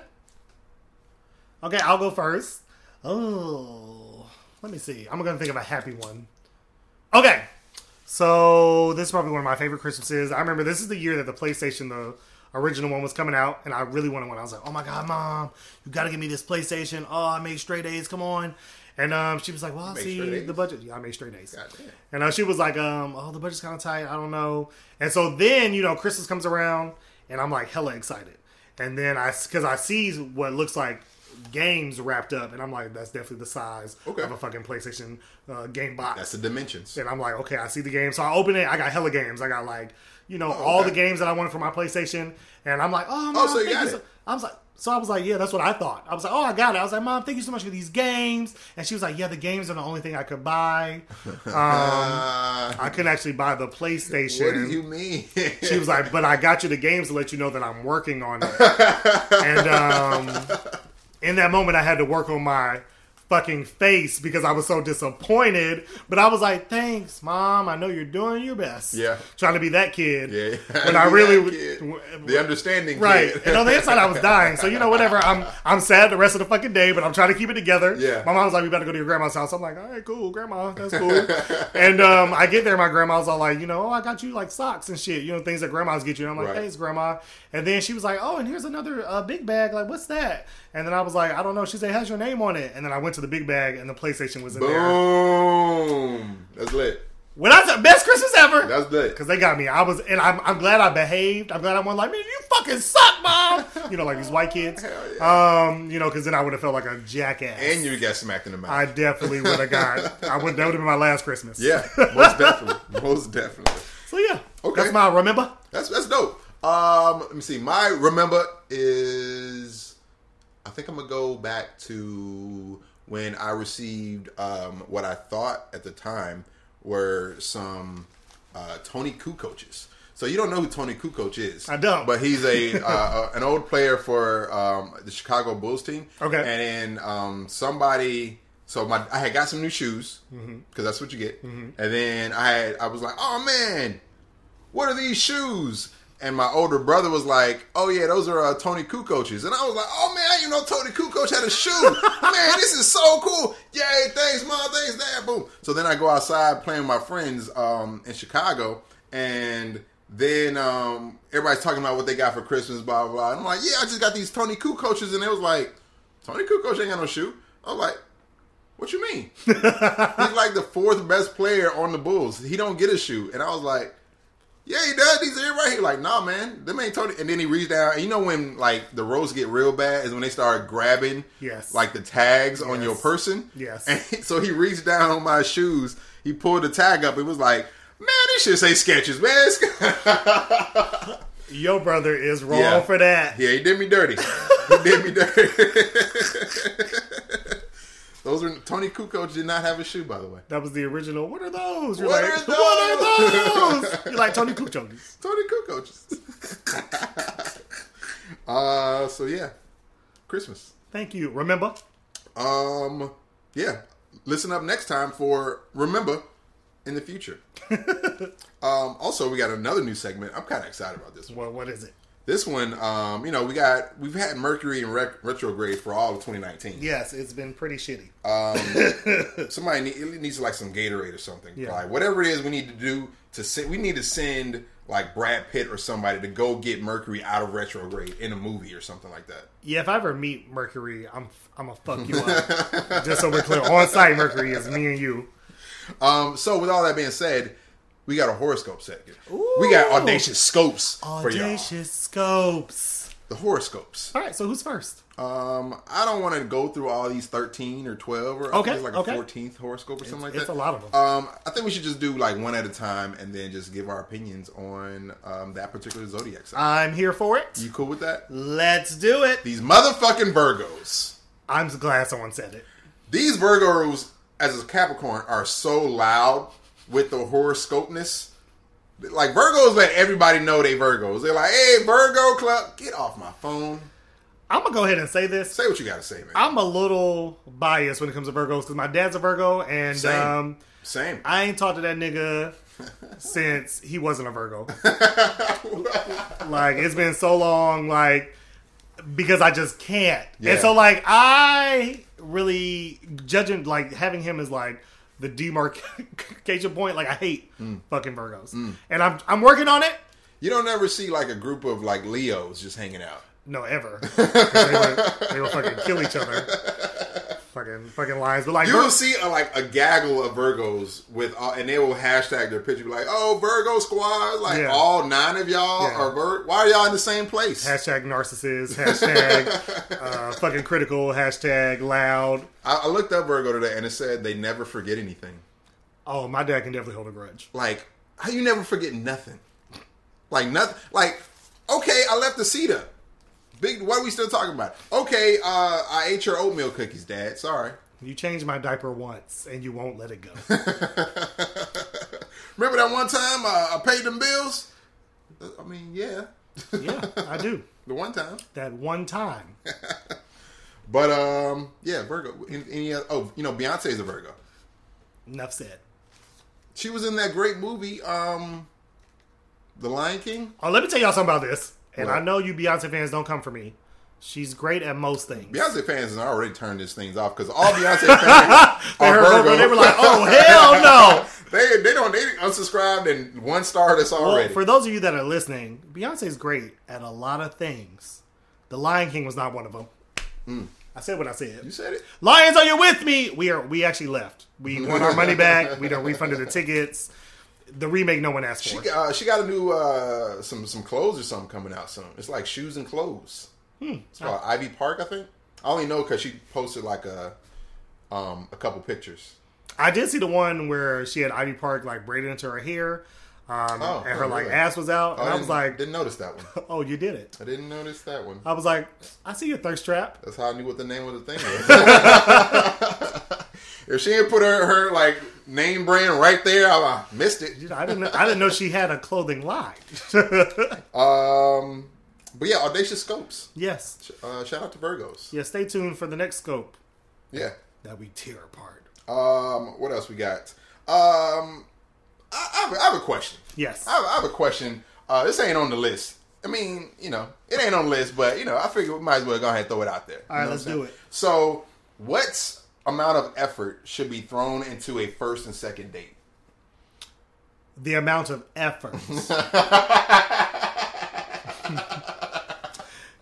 A: Okay, I'll go first. Oh, let me see. I'm going to think of a happy one. Okay. So, this is probably one of my favorite Christmases. I remember this is the year that the PlayStation, the original one, was coming out, and I really wanted one. I was like, oh my God, mom, you got to give me this PlayStation. Oh, I made straight A's. Come on. And um, she was like, well, I
B: made straight
A: see
B: A's?
A: the budget. Yeah, I made straight A's.
B: Goddamn.
A: And uh, she was like, um, oh, the budget's kind of tight. I don't know. And so then, you know, Christmas comes around and I'm like hella excited. And then I, because I see what looks like games wrapped up and I'm like, that's definitely the size
B: Okay.
A: of a fucking PlayStation uh, game box.
B: That's the dimensions.
A: and I'm like, okay, I see the game. So I open it. I got hella games. I got like, you know, all
B: Oh, okay.
A: the games that I wanted for my PlayStation. And I'm like, oh, man,
B: Oh, so you
A: thank
B: got
A: so-
B: it.
A: I was like, so I was like, yeah, that's what I thought. I was like, oh, I got it. I was like, mom, thank you so much for these games. And she was like, yeah, the games are the only thing I could buy. Um,
B: Uh,
A: I couldn't actually buy the PlayStation.
B: What do you mean? (laughs)
A: she was like, "But I got you the games to let you know that I'm working on
B: (laughs)
A: it." and um, in that moment, I had to work on my fucking face because I was so disappointed. But I was like, "Thanks, mom. I know you're doing your best."
B: Yeah.
A: trying to be that kid.
B: yeah, (laughs)
A: When I really
B: That
A: would-
B: kid.
A: w-
B: the understanding,
A: Right,
B: kid.
A: and on the inside I was dying. So you know, whatever. I'm I'm sad the rest of the fucking day, but I'm trying to keep it together.
B: Yeah.
A: My mom's like, "We better go to your grandma's house." I'm like, "All right, cool, grandma, that's cool." and um, I get there, my grandma's all like, "You know, oh, I got you like socks and shit, you know, things that grandmas get you." And I'm like,
B: Right.
A: "Thanks, grandma." And then she was like, "Oh, and here's another uh, big bag. Like, what's that?" And then I was like, "I don't know." She said, "Has your name on it?" And then I went to the big bag, and the PlayStation was in there.
B: (laughs) Boom. That's lit.
A: When I said best Christmas ever,
B: That's the
A: because they got me. I was, and I'm, I'm glad I behaved. I'm glad I wasn't like, man, you fucking suck, mom. (laughs) You know, like these white kids. Um, you know, because then I would have felt like a jackass.
B: and you got smacked in the mouth.
A: I definitely would have got. I would. That would have been my last Christmas. (laughs)
B: yeah, most definitely, most definitely.
A: So yeah.
B: Okay.
A: That's my remember.
B: That's that's dope. Um, let me see. My remember is, I think I'm gonna go back to when I received um, what I thought at the time were some uh, Tony Kukoc. So you don't know who Tony Kukoc is?
A: I don't.
B: But he's a uh, uh, an old player for um, the Chicago Bulls team.
A: Okay.
B: And then um, somebody. So my I had got some new shoes because
A: Mm-hmm.
B: that's what you get. And then I had I was like, oh man, what are these shoes? And my older brother was like, oh yeah, those are uh, Tony Kukoc's. And I was like, oh man, I didn't know Tony Kukoc had a shoe. man, this is so cool. Yay, thanks, mom, thanks, dad, boom. So then I go outside playing with my friends um, in Chicago. And then um, everybody's talking about what they got for Christmas, blah, blah, blah. And I'm like, yeah, I just got these Tony Kukoc's. And they was like, Tony Kukoc ain't got no shoe. I was like, what you mean? (laughs) He's like the fourth best player on the Bulls. He don't get a shoe. And I was like, yeah, he does. These are right here. Like, nah, man, them ain't Tony. And then he reached down. And you know when like the roasts get real bad is when they start grabbing,
A: Yes.
B: like the tags on
A: Yes.
B: your person.
A: Yes.
B: And (laughs) so he reached down on my shoes. He pulled the tag up. It was like, man, this shit say sketches, man.
A: Your brother is wrong
B: Yeah.
A: for that.
B: (laughs) yeah, he did me dirty. he did me dirty. (laughs) Those are Tony Kukoc did not have a shoe, by the way.
A: That was the original. What are those? You're
B: What
A: like,
B: are
A: What are those? You're like Tony
B: (laughs)
A: Kukoc.
B: Tony Kukoc. (laughs) uh, so yeah, Christmas.
A: Thank you. Remember?
B: Um, yeah. Listen up next time for remember in the future. um, also, we got another new segment. I'm kind of excited about this one.
A: What? What is it?
B: This one, um, you know, we got we've had Mercury in rec- retrograde for all of 2019.
A: Yes, it's been pretty shitty.
B: Somebody need, it needs like some Gatorade or something.
A: Yeah.
B: Like whatever it is, we need to do to send. We need to send like Brad Pitt or somebody to go get Mercury out of retrograde in a movie or something like that.
A: Yeah, if I ever meet Mercury, I'm I'm gonna fuck you up. (laughs) Just so we're clear, on site Mercury is me and you.
B: Um, so with all that being said, we got a horoscope segment. We got audacious scopes for y'all.
A: Audacious scopes.
B: The horoscopes.
A: All right, so who's first?
B: Um, I don't want to go through all these thirteen or twelve or I think
A: Okay,
B: it's like
A: okay.
B: a fourteenth horoscope or something like
A: it's
B: that.
A: a lot of them.
B: Um, I think we should just do like one at a time and then just give our opinions on um, that particular zodiac sign.
A: I'm here for it.
B: you cool with that?
A: Let's do it.
B: These motherfucking Virgos.
A: I'm glad someone said it.
B: These Virgos, as a Capricorn, are so loud with the horoscopeness. Like Virgos let everybody know they Virgos. They're like, "Hey, Virgo club, get off my phone.
A: I'm gonna go ahead and say this.
B: Say what you gotta say, man."
A: I'm a little biased when it comes to Virgos because my dad's a Virgo, and
B: Same.
A: um,
B: Same.
A: I ain't talked to that
B: (laughs)
A: nigga since he wasn't a Virgo. like it's been so long, like because I just can't.
B: Yeah.
A: And so like I really judging like having him as like the demarcation (laughs) point. Like I hate
B: Mm.
A: fucking Virgos, and I'm I'm working on it.
B: You don't ever see like a group of like Leos just hanging out.
A: No,
B: (laughs)
A: ever. 'Cause they, would, they would fucking kill each other. Fucking fucking lies, but like
B: You will
A: Vir-
B: see a, like a gaggle of Virgos with, all, and they will hashtag their picture, be like, "Oh, Virgo squad!" Like
A: Yeah.
B: all nine of y'all
A: Yeah.
B: are Vir- Why are y'all in the same place?
A: hashtag narcissist, hashtag uh, fucking critical, hashtag loud.
B: I, I looked up Virgo today, and it said they never forget anything.
A: Oh, my dad can definitely hold a grudge.
B: Like, how you never forget nothing? Like nothing. Like, okay, I left the seat up. Big. What are we still talking about? Okay, uh, I ate your oatmeal cookies, Dad. Sorry. (laughs)
A: You changed my diaper once, and you won't let it go.
B: Remember that one time uh, I paid them bills? Uh, I mean, yeah, (laughs)
A: yeah, I do.
B: the one time.
A: That one time.
B: But um, yeah, Virgo. Any, any other, oh, you know, Beyonce's a Virgo.
A: Enough said.
B: She was in that great movie, um, The Lion King.
A: Oh, let me tell y'all something about this. And
B: What?
A: I know you Beyonce fans don't come for me. She's great at most things.
B: Beyonce fans are already turned these things off because
A: (laughs)
B: all Beyonce fans
A: They
B: are
A: heard
B: Virgo.
A: Virgo, they were like,
B: (laughs)
A: "Oh hell no!"
B: they they don't they unsubscribed and one starred us
A: Well,
B: already.
A: for those of you that are listening, Beyonce's great at a lot of things. The Lion King was not one of them.
B: Hmm.
A: I said what I
B: you
A: said.
B: said it.
A: Lions, are you with me? We are. We actually left. We won our money back. We done refunded the tickets. the remake no one asked
B: She
A: for.
B: uh, she got a new uh, some some clothes or something coming out soon. It's like shoes and clothes.
A: Hmm.
B: It's called Ivy Park, I think. I only know because she posted like a um a couple pictures.
A: I did see the one where she had Ivy Park like braided into her hair, um,
B: Oh,
A: and her
B: oh,
A: like
B: really?
A: ass was out,
B: Oh,
A: and I was
B: didn't-
A: like,
B: didn't notice that one.
A: "Oh, you did it."
B: I didn't notice that one.
A: I was like, "I see your thirst trap."
B: That's how I knew what the name of the thing was. (laughs) if she had put her, her like name brand right there, I would've missed it.
A: You know, I didn't. I didn't know she had a clothing line. (laughs)
B: Um, but yeah, audacious scopes.
A: yes.
B: Uh, shout out to Virgos.
A: Yeah. Stay tuned for the next scope
B: Yeah.
A: that we tear apart.
B: Um, what else we got? Um, I, I, have, a- I have a question.
A: Yes.
B: I have, I have a question. Uh, this ain't on the list. I mean, you know, it ain't on the list, but you know, I figure we might as well go ahead and throw it out there.
A: All right, let's do it.
B: So, what amount of effort should be thrown into a first and second date?
A: The amount of
B: (laughs)
A: effort.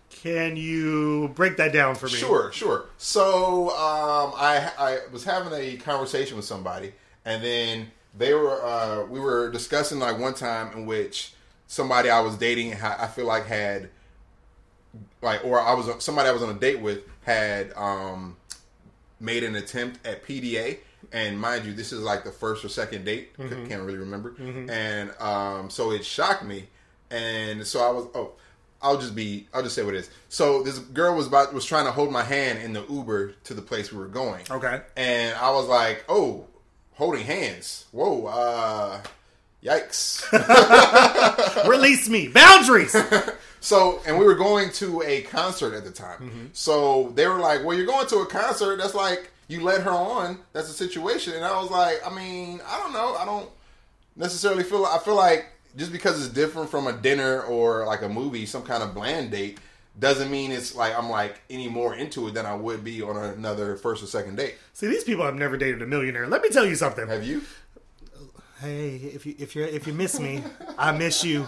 A: Can you break that down for me?
B: Sure, sure. So um, I I was having a conversation with somebody, and then they were uh, we were discussing like one time in which somebody I was dating ha- I feel like had like or I was somebody I was on a date with had um, made an attempt at PDA. And mind you, this is like the first or second date. C- Can't really remember. And um, so it shocked me. And so I was, oh, I'll just be, I'll just say what it is. So this girl was about, was trying to hold my hand in the Uber to the place we were going.
A: Okay.
B: And I was like, oh, holding hands. Whoa, uh, yikes.
A: Release me. Boundaries.
B: So, and we were going to a concert at the time. So they were like, "Well, you're going to a concert. That's like you led her on. That's the situation." And I was like, "I mean, I don't know. I don't necessarily feel. I feel like just because it's different from a dinner or like a movie, some kind of bland date, doesn't mean it's like I'm like any more into it than I would be on another first or second date.
A: See, these people have never dated a millionaire. Let me tell you something.
B: Have you?
A: hey, if you if you if you miss me, I miss you.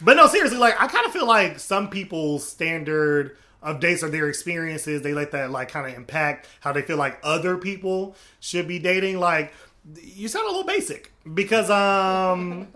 A: But no, seriously, like I kind of feel like some people's standard of dates or their experiences, they let that like kind of impact how they feel like other people should be dating. Like you sound a little basic because um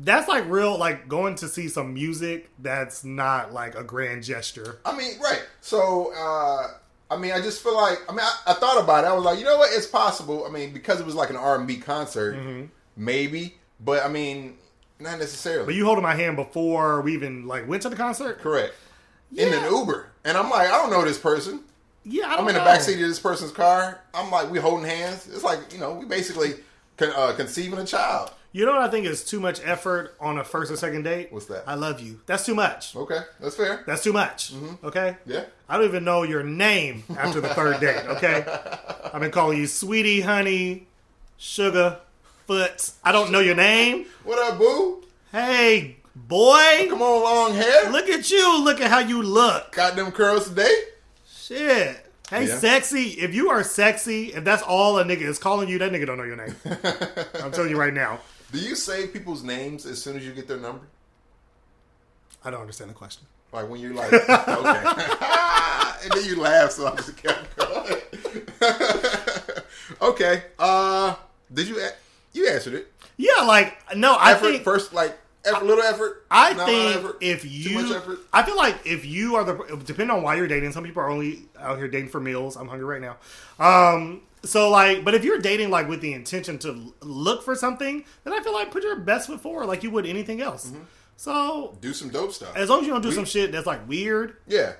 A: that's like real like going to see some music that's not like a grand gesture.
B: I mean, right. So, uh, I mean, I just feel like, I mean, I, I thought about it. I was like, you know what? It's possible. I mean, because it was like an R and B concert,
A: Mm-hmm.
B: maybe. But I mean, not necessarily.
A: But you holding my hand before we even like went to the concert?
B: Correct. In
A: Yeah.
B: an Uber, and I'm like, I don't know this person.
A: Yeah, I don't
B: I'm in the
A: know.
B: backseat of this person's car. I'm like, we holding hands. It's like, you know, we basically con- uh, conceiving a child.
A: You know what I think is too much effort on a first or second date?
B: What's that?
A: I love you. That's too much.
B: Okay, that's fair.
A: That's too much. Okay?
B: Yeah.
A: I don't even know your name after the third date, okay? I've been calling you sweetie, honey, sugar, foot. I don't know your name.
B: What up, boo?
A: Hey, boy.
B: Come on, long hair.
A: Look at you. Look at how you look.
B: Got them curls today.
A: Shit. Hey,
B: Yeah.
A: sexy. If you are sexy, if that's all a nigga is calling you, that nigga don't know your
B: (laughs)
A: name. I'm telling you right now.
B: Do you save people's names as soon as you get their number?
A: I don't understand the question.
B: Like when you're like, okay. (laughs) and then you laugh, so I just kept going. (laughs) okay. Uh, did you, a- you answered it.
A: Yeah, like, no, I
B: Effort,
A: think.
B: first, like, eff- little effort.
A: I
B: not a lot of
A: think
B: effort,
A: if you,
B: Too much effort.
A: I feel like if you are the depending on why you're dating. Some people are only out here dating for meals. I'm hungry right now. Um, so like, but if you're dating like with the intention to l- look for something, then I feel like put your best foot forward, like you would anything else.
B: Mm-hmm.
A: So
B: Do some dope stuff.
A: as long as you don't do some shit that's like weird,
B: yeah.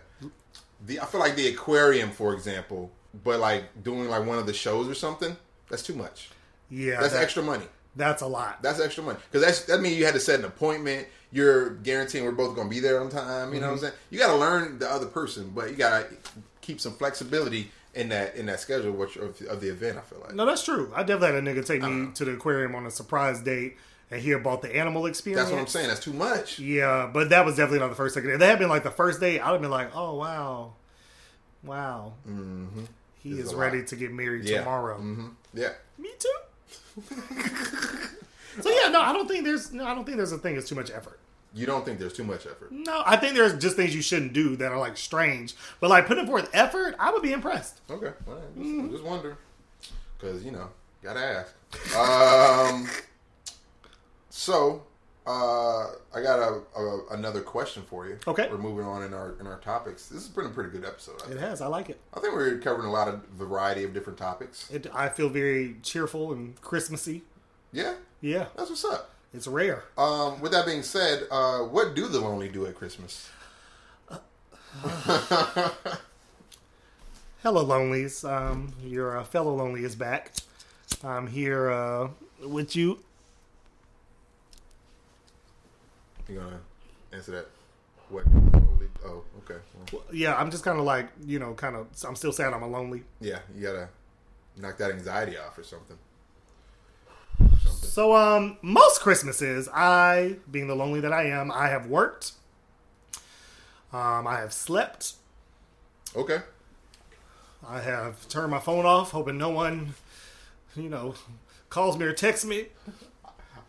B: The, I feel like the aquarium, for example, but like doing like one of the shows or something, that's too much.
A: yeah,
B: That's
A: that-
B: extra money.
A: That's a lot.
B: That's extra money because that's that means you had to set an appointment. You're guaranteeing we're both going to be there on time. You know what
A: Mm-hmm.
B: I'm saying? You got to learn the other person, but you got to keep some flexibility in that in that schedule of, what you- of, of the event. I feel like
A: no, that's true. I definitely had a nigga take me to the aquarium on a surprise date, and he had bought the animal experience.
B: that's what I'm saying. That's too much.
A: Yeah, but that was definitely not the first second. If that had been like the first date, I'd have been like, "Oh wow, wow, he is
B: This is Mm-hmm. a
A: ready
B: lot.
A: to get married
B: Yeah.
A: tomorrow."
B: hmm Yeah.
A: Me too. (laughs) so yeah, no, I don't think there's no, I don't think there's a thing that's too much effort.
B: You don't think there's too much effort?
A: No, I think there's just things you shouldn't do that are like strange. But like putting forth effort, I would be impressed.
B: Okay. All right. Just,
A: (laughs)
B: just wondering because you know gotta ask. Um, So, uh, I got a, a another question for you.
A: Okay.
B: We're moving on in our in our topics. This has been a pretty good episode. I,
A: It
B: think.
A: has. I like it.
B: I think we're covering a lot of variety of different topics.
A: it. I feel very cheerful and Christmassy.
B: Yeah,
A: Yeah,
B: that's what's up.
A: it's rare.
B: Um, with that being said, uh, what do the lonely do at Christmas?
A: Hello, Lonelies. Um, your uh, fellow Lonely is back. I'm here uh, with you.
B: You gonna answer that? What? Do the lonely, oh, okay. Well,
A: Yeah, I'm just kind of like, you know, kind of, I'm still sad I'm a lonely.
B: yeah, you gotta knock that anxiety off or something.
A: So, um, most Christmases, I, being the lonely that I am, I have worked. Um, I have slept.
B: Okay.
A: I have turned my phone off, hoping no one, you know, calls me or texts me.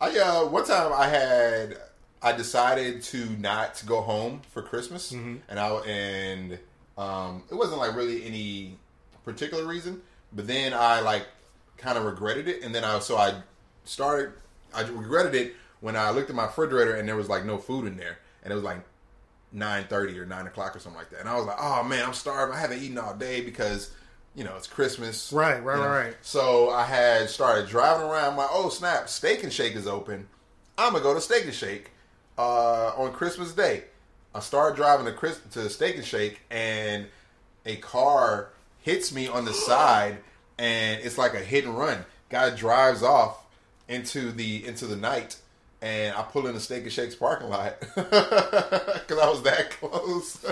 B: I uh, one time I had I decided to not go home for Christmas,
A: Mm-hmm.
B: and I and um, it wasn't like really any particular reason, but then I like kind of regretted it, and then I so I started I regretted it when I looked at my refrigerator and there was like no food in there, and it was like nine thirty or nine o'clock or something like that, and I was like, oh man, I'm starving. I haven't eaten all day because you know it's Christmas,
A: Right, right,
B: you know?
A: right, right.
B: So I had started driving around. I'm like, oh snap, Steak and Shake is open. I'm gonna go to Steak and Shake uh, on Christmas Day. I started driving to Chris to Steak and Shake, and a car hits me on the side, and it's like a hit and run. Guy drives off into the into the night, and I pull in the Steak and Shake's parking lot (laughs) because I was that (laughs) close.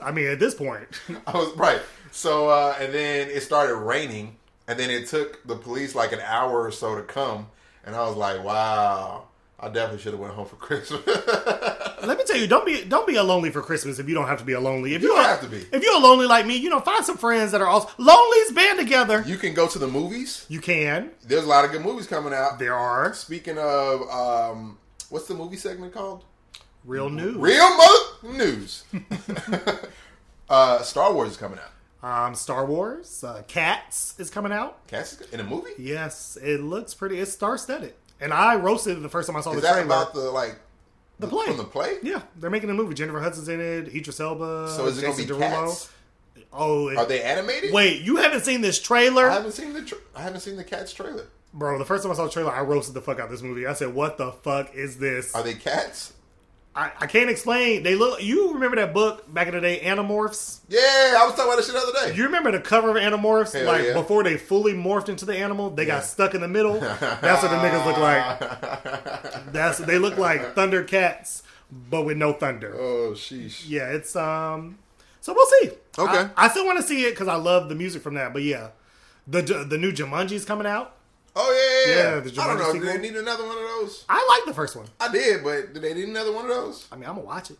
A: I mean, at this point,
B: I was right. So uh, and then it started raining, and then it took the police like an hour or so to come, and I was like, wow, I definitely should have went home for (laughs) Christmas.
A: let me tell you, don't be don't be a lonely for Christmas if you don't have to be a lonely. If you,
B: You don't
A: are-
B: have to be.
A: If you're a lonely like me, you know, find some friends that are also lonelies band together.
B: you can go to the movies.
A: You can.
B: There's a lot of good movies coming out.
A: There are
B: Speaking of, um, what's the movie segment called?
A: real news.
B: Real mother news. (laughs) uh, Star Wars is coming out.
A: Um, Star Wars, uh, Cats is coming out.
B: Cass is in a movie.
A: Yes, it looks pretty. It's star studded, and I roasted it the first time I saw
B: Is
A: the
B: that
A: trailer.
B: about the like the,
A: play.
B: from the play?
A: yeah, they're making a movie. Jennifer Hudson's in it. Idris Elba.
B: So is it gonna
A: Jason
B: be
A: Derulo.
B: Cats?
A: Oh, it,
B: Are they animated?
A: wait! You haven't seen this
B: I
A: trailer,
B: haven't seen the tra- I haven't seen the Cats trailer.
A: bro? The first time I saw the trailer, I roasted the fuck out of this movie. I said, "What the fuck is this?"
B: Are they cats?
A: I, I can't explain. They look. You remember that book back in the day, Animorphs?
B: Yeah, I was talking about that shit the other day.
A: You remember the cover of Animorphs?
B: Hell
A: like
B: yeah.
A: before they fully morphed into the animal, they
B: Yeah.
A: got stuck in the middle. That's what the niggas look like.
B: (laughs)
A: That's they look like Thundercats, but with no thunder.
B: oh, sheesh.
A: Yeah, it's um. So we'll see.
B: Okay.
A: I, I still want to see it because I love the music from that. But yeah, the Ju- the new Jumanji's coming out.
B: Oh yeah, yeah.
A: Yeah,
B: yeah
A: the
B: I don't
A: Jumanji
B: know. Did
A: sequel.
B: they need another one of those?
A: I like the first one.
B: I did, but did they need another one of those?
A: I mean, I'm gonna watch it.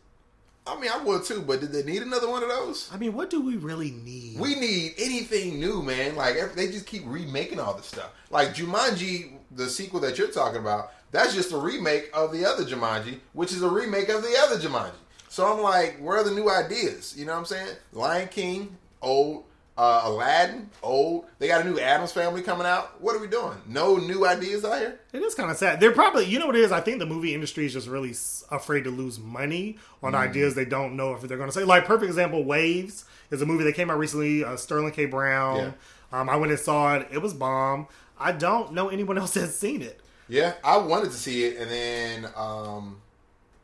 B: I mean, I would too, but did they need another one of those?
A: I mean, what do we really need?
B: We need anything new, man. Like ev- they just keep remaking all this stuff. Like Jumanji, the sequel that you're talking about, that's just a remake of the other Jumanji, which is a remake of the other Jumanji. So I'm like, where are the new ideas? You know what I'm saying? Lion King, old. Uh, Aladdin, old. They got a new Adams Family coming out. What are we doing? No new ideas out here.
A: It is kind of sad. They're probably, you know what it is? I think the movie industry is just really s- afraid to lose money on
B: Mm.
A: ideas they don't know if they're going to say. Like, perfect example, Waves is a movie that came out recently. Uh, Sterling K. Brown. Um, I went and saw it. It was bomb. I don't know anyone (laughs) else that's seen it.
B: Yeah, I wanted to see it, and then, um,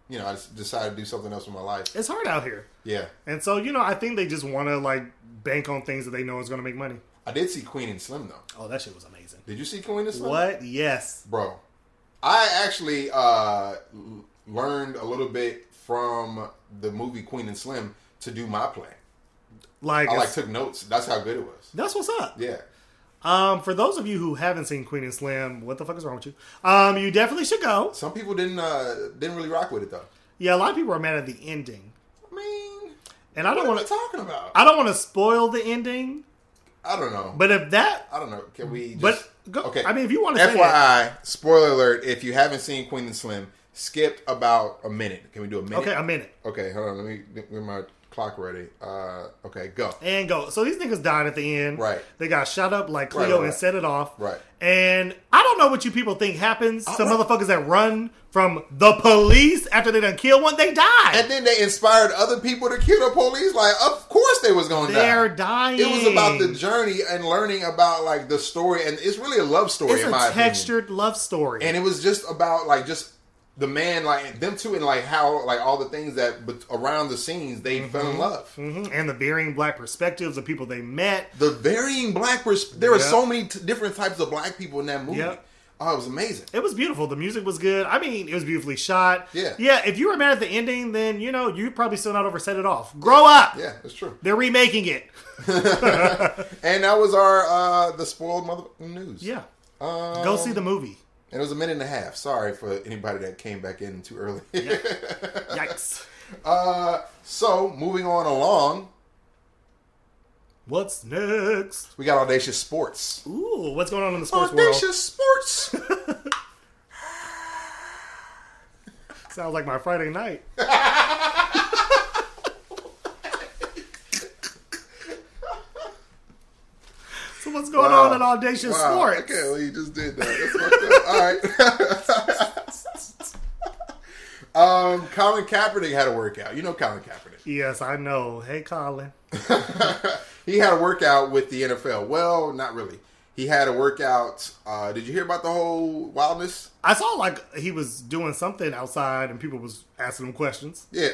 B: you know, I just decided to do something else with my life.
A: It's hard out here.
B: Yeah,
A: And so, you know, I think they just want to, like, bank on things that they know is going to make money.
B: I did see Queen and Slim though.
A: Oh, that shit was amazing.
B: Did you see Queen and Slim?
A: What? Yes.
B: bro i actually uh l- learned a little bit from the movie queen and slim to do my plan
A: Like,
B: i like
A: it's-
B: took notes that's how good it was
A: that's what's up.
B: yeah
A: Um, for those of you who haven't seen Queen and Slim, what the fuck is wrong with you? Um, you definitely should go.
B: some people didn't uh didn't really rock with it though
A: Yeah, a lot of people are mad at the ending,
B: i mean
A: and I
B: what
A: don't
B: are
A: want
B: we
A: to.
B: talking about I,
A: I don't want to spoil the ending,
B: don't know
A: but if that,
B: i don't know can we just,
A: but go, I mean, if you want to say that,
B: fyi spoiler alert if you haven't seen queen and slim skip about a minute can we do a minute
A: okay, a minute.
B: okay hold on let me get my Clock ready. Uh, okay, go.
A: and go. So these niggas died at the end.
B: Right.
A: They got shot up like Cleo
B: Right, right,
A: and
B: right.
A: set it off.
B: Right.
A: And I don't know what you people think happens to
B: don't know.
A: motherfuckers that run from the police after they done kill one. They die.
B: And then they inspired other people to kill the police. Like, of course they was going to
A: They're
B: die.
A: dying.
B: It was about the journey and learning about like the story, and it's really a love story
A: It's
B: in
A: a
B: my opinion.
A: textured love story.
B: And it was just about like just the man, like them two, and like how like all the things that but around the scenes they
A: Mm-hmm.
B: fell in love.
A: Mhm. And the varying black perspectives of people they met.
B: The varying black pers- there are
A: Yep.
B: so many t- different types of black people in that movie.
A: Yep.
B: Oh, it was amazing.
A: It was beautiful. The music was good. I mean, it was beautifully shot.
B: Yeah.
A: Yeah, if you were mad at the ending, then, you know, you probably still not over set it off. Grow up.
B: Yeah, that's true.
A: They're remaking
B: (laughs)
A: it.
B: And that was our uh the spoiled mother news.
A: Yeah.
B: Um,
A: Go see the movie.
B: And it was a minute and a half. Sorry for anybody that came back in too early. (laughs)
A: Yikes.
B: uh, so moving on along,
A: What's next?
B: we got Audacious Sports.
A: Ooh, what's going on in the sports world?
B: Audacious Sports.
A: Sounds like my Friday
B: (laughs)
A: night. so what's going
B: Wow.
A: on in audacious
B: Wow,
A: sports?
B: Okay, well, you just did that. That's fucked up. All right. (laughs) um, Colin Kaepernick had a workout. You know Colin Kaepernick.
A: Yes, I know. Hey, Colin.
B: He had a workout with the NFL. Well, not really. He had a workout. Uh, did you hear about the whole wildness?
A: I saw like he was doing something outside, and people was asking him questions.
B: Yeah.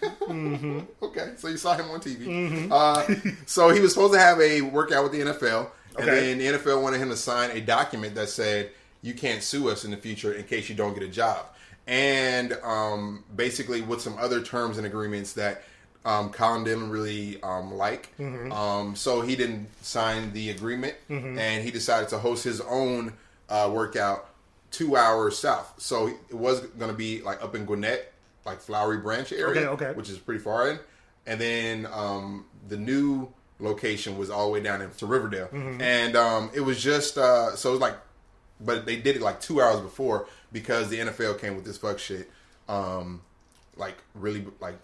B: (laughs) okay, so you saw him on TV. Uh, so he was supposed to have a workout with the NFL, and
A: Okay.
B: then the NFL wanted him to sign a document that said, "You can't sue us in the future in case you don't get a job," and um, basically with some other terms and agreements that um, Colin didn't really um, like. Um, so he didn't sign the agreement, and he decided to host his own uh, workout two hours south. So it was going to be like up in Gwinnett, like Flowery Branch area,
A: Okay, okay.
B: which is pretty far in. And then um, the new location was all the way down into Riverdale,
A: Mm-hmm.
B: and um, it was just uh, so it was like, but they did it like two hours before because the NFL came with this fuck shit, um, like really like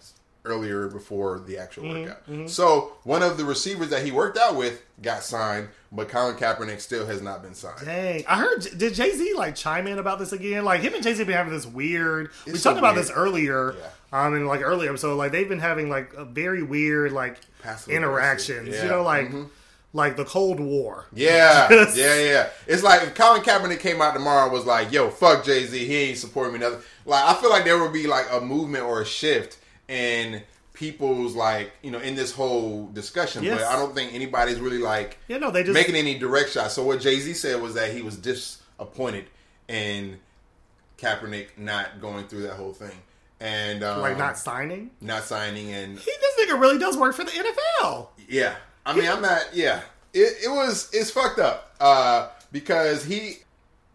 B: earlier before the actual
A: Mm-hmm,
B: workout. So one of the receivers that he worked out with got signed, but Colin Kaepernick still has not been signed.
A: Dang, I heard. Did Jay Z like chime in about this again? Like him and Jay Z been having this weird. we
B: It's
A: talked
B: so
A: about
B: weird.
A: this earlier,
B: Yeah.
A: um, in like earlier episode. Like they've been having like a very weird like
B: Passive
A: interactions. You
B: aggressive. Yeah. Mm-hmm.
A: know, like like the Cold War. (laughs)
B: Yeah, yeah, yeah. It's like if Colin Kaepernick came out tomorrow and was like, "Yo, fuck Jay Z, he ain't supporting me nothing." Like, I feel like there would be like a movement or a shift in people's like, you know, in this whole discussion.
A: Yes.
B: But I don't think anybody's really like
A: You know, they just
B: making any direct shots. So what Jay Z said was that he was disappointed in Kaepernick not going through that whole thing and um,
A: like not signing.
B: not signing and
A: He, this nigga really does work for the NFL.
B: yeah. I mean, I'm not. Yeah. It, it was. It's fucked up. Uh, because he,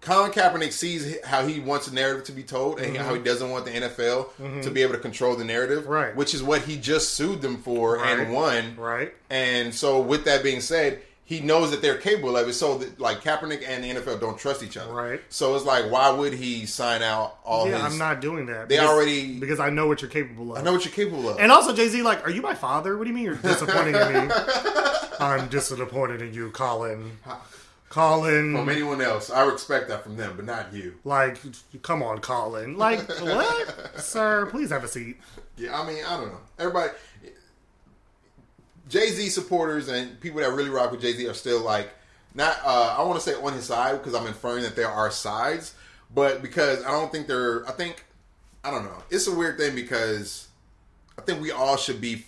B: Colin Kaepernick sees how he wants the narrative to be told and how he doesn't want the NFL to be able to control the narrative.
A: Mm-hmm. Right.
B: Which is what he just sued them for
A: Right.
B: and won.
A: Right.
B: And so, with that being said, he knows that they're capable of it. So, that, like Kaepernick and the NFL don't trust each other.
A: Right.
B: So it's like, why would he sign out all
A: Yeah,
B: his?
A: I'm not doing that.
B: They
A: because-
B: already-
A: because I know what you're capable of.
B: I know what you're capable of.
A: And also, Jay Z, like, are you my father? What do you mean you're disappointed in
B: (laughs)
A: me? I'm disappointed in you, Colin. Colin,
B: from anyone else, I respect that from them, but not you.
A: like, come on, Colin. Like, what, sir? Please have a seat.
B: Yeah, I mean, I don't know. Everybody, Jay Z supporters and people that really rock with Jay Z are still like, not. Uh, I want to say on his side because I'm inferring that there are sides, but because I don't think there. I think I don't know. It's a weird thing because I think we all should be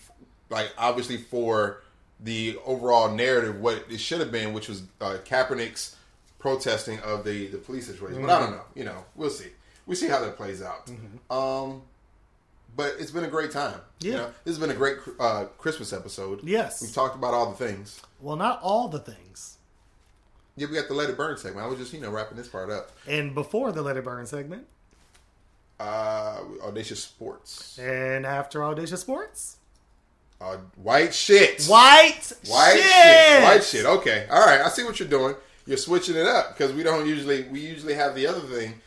B: like obviously for the overall narrative what it should have been, which was uh, Kaepernick's protesting of the the police situation. But I don't know. You know, we'll see. We see how that plays out. Um, but it's been a great time. You
A: Yeah.
B: know, this has been a great uh, Christmas episode.
A: Yes.
B: we've talked about all the things.
A: Well, not all the things.
B: Yeah, we got the Let It Burn segment. I was just you know wrapping this part up.
A: And before the Let It Burn segment,
B: Uh, audacious sports.
A: and after Audacious Sports,
B: Uh, white shit.
A: White,
B: White shit.
A: shit.
B: White shit. Okay. All right. I see what you're doing. You're switching it up because we don't usually we usually have the other thing,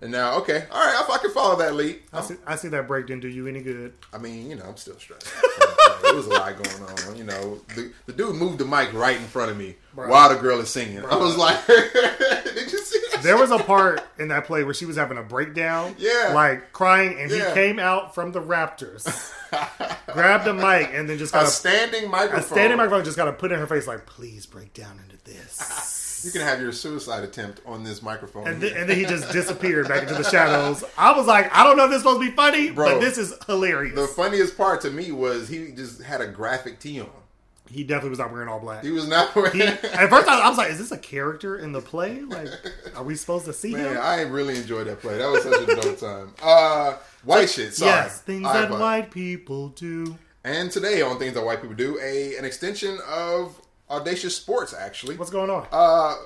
B: and now okay. All right. If I can follow that lead,
A: I see, I see that break didn't do you any good.
B: I mean, you know, I'm still stressed. (laughs) it was a lot going on. You know, the, the dude moved the mic right in front of me while the girl is singing. I was like, (laughs) "Did you see that?"
A: There was a part in that play where she was having a breakdown,
B: Yeah.
A: like crying, and
B: Yeah.
A: he came out from the Raptors, grabbed a mic, and then just
B: A
A: got a,
B: standing microphone.
A: a standing microphone, just got to put it in her face, like, "Please break down into this."
B: You can have your suicide attempt on this microphone.
A: And then,
B: here.
A: and then he just disappeared back into the shadows. I was like, I don't know if this is supposed to be funny,
B: Bro,
A: but this is hilarious.
B: the funniest part to me was he just had a graphic tee on.
A: he definitely was not wearing all black.
B: He (laughs) was not wearing.
A: He- at first, I, I was like, "Is this a character in the play? Like, are we supposed to see
B: Man,
A: him?"
B: I really enjoyed that play. That was such a
A: (laughs)
B: dope time. Uh, white shit. Sorry.
A: Yes, things
B: I
A: that
B: apo-
A: white people do.
B: And today on things that white people do, a an extension of audacious sports actually.
A: What's going on?
B: Uh,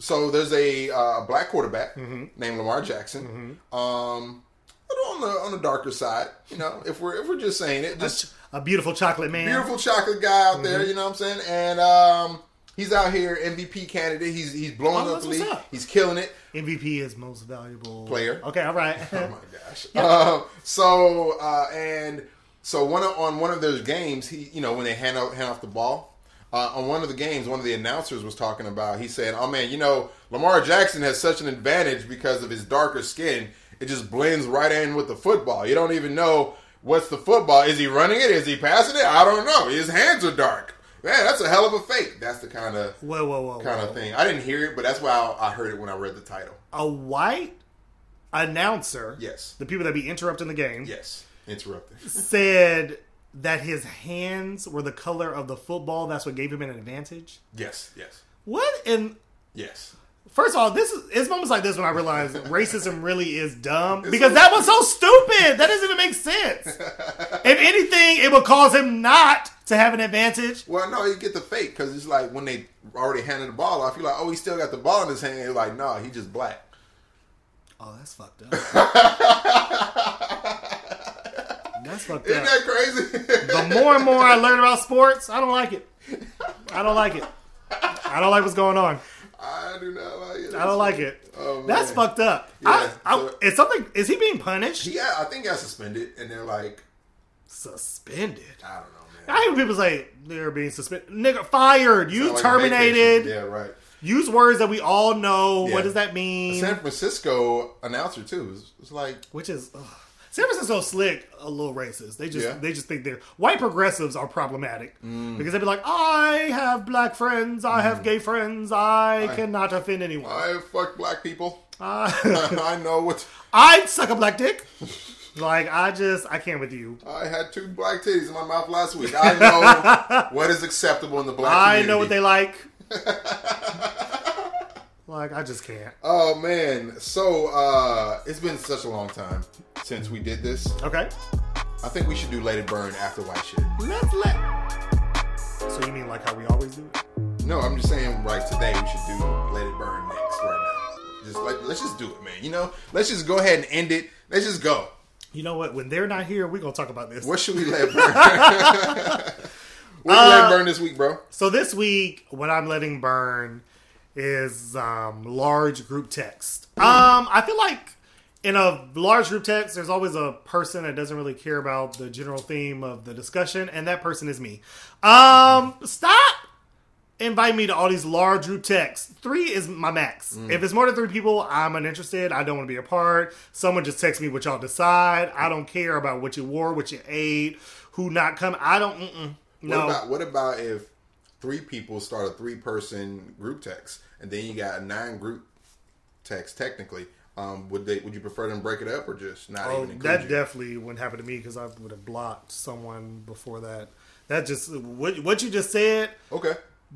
B: so there's a uh, black quarterback
A: Mm-hmm.
B: named Lamar Jackson. Um, but on the on the darker side, you know, if we're if we're just saying it, just
A: a beautiful chocolate man. Mm-hmm.
B: beautiful chocolate guy out there. You know what I'm saying? And um, he's out here MVP candidate. He's he's blowing
A: Oh,
B: up the
A: that's
B: league.
A: what's up.
B: He's killing it.
A: MVP is most valuable
B: Player.
A: Okay, all right.
B: Oh my gosh. Uh, so uh, and so one of, on one of those games, he you know when they hand out hand off the ball. Uh, on one of the games, one of the announcers was talking about. He said, "Oh man, you know Lamar Jackson has such an advantage because of his darker skin. It just blends right in with the football. You don't even know what's the football. Is he running it? Is he passing it? I don't know. His hands are dark. Man, that's a hell of a fake. That's the kind of
A: (laughs) whoa, whoa, whoa.
B: kind
A: whoa.
B: of thing. I didn't hear it, but that's why I, I heard it when I read the title.
A: A white announcer,
B: Yes,
A: the people that be interrupting the game,
B: yes. Interrupted.
A: said that his hands were the color of the football. That's what gave him an advantage.
B: Yes, yes,
A: What in
B: yes.
A: First of all, this is it's moments like this when I
B: (laughs)
A: realize racism really is dumb because that was so stupid. That doesn't even make
B: (laughs)
A: sense. If anything, it would cause him not to have an advantage.
B: Well, no, you get the fake because it's like when they already handed the ball off, you're like, oh, he still got the ball in his hand. You're like, no, he just black.
A: Oh, that's
B: (laughs)
A: fucked up. that's fucked
B: Isn't
A: up.
B: that crazy? (laughs)
A: The more and more I learn about sports, I don't like it. I don't like it. I don't like what's going on.
B: I do not like it.
A: I don't like it.
B: Oh,
A: That's
B: man.
A: fucked up.
B: Yeah,
A: I, I,
B: so-
A: is something? Is he being punished?
B: He got, I think got suspended, and they're like,
A: Suspended.
B: I don't know, man.
A: I hear people say they're being suspended. Nigga, fired. You
B: Sound like a
A: terminated.
B: vacation. yeah, right.
A: Use words that we all know.
B: Yeah.
A: What does that mean?
B: San Francisco announcer too. It's, it's like,
A: Which is ugh. San Francisco slick, a little racist. They just
B: Yeah.
A: they just think they're white progressives are problematic because they'd be like, I have black friends, I have gay friends, I, cannot offend anyone.
B: I fuck black people.
A: (laughs) I,
B: (laughs) I know what.
A: I'd suck a black dick. (laughs) like I just I can't with you.
B: I had two black titties in my mouth last week. I
A: (laughs)
B: know what is acceptable in the black.
A: I know what
B: community.
A: they like. like I just can't.
B: Oh man, so uh it's been such a long time since we did this.
A: Okay.
B: I think we should do Let It Burn after White Shit.
A: Let's let. So you mean like how we always do it?
B: No, I'm just saying like today we should do Let It Burn next right now. Just let let's just do it, man. You know, let's just go ahead and end it. Let's just go.
A: You know what? When they're not here, we're gonna talk about this.
B: What should we
A: (laughs)
B: let burn? (laughs) what should we let burn this week, bro?
A: So this week, what I'm letting burn is um, large group text. Um, I feel like in a large group text, there's always a person that doesn't really care about the general theme of the discussion, and that person is me. Um, stop invite me to all these large group texts. Three is my max.
B: Mm.
A: If it's more than three people, I'm uninterested. I don't want to be a part. Someone just text me what y'all decide. I don't care about what you wore, what you ate, who not come. I don't. Mm-mm.
B: What
A: No.
B: about what about if three people start a three person group text and then you got a nine group text technically? Um, would they would you prefer them break it up or just not
A: Oh,
B: even include
A: that
B: you?
A: definitely wouldn't happen to me because I would have blocked someone before that. That just what what you just said,
B: Okay.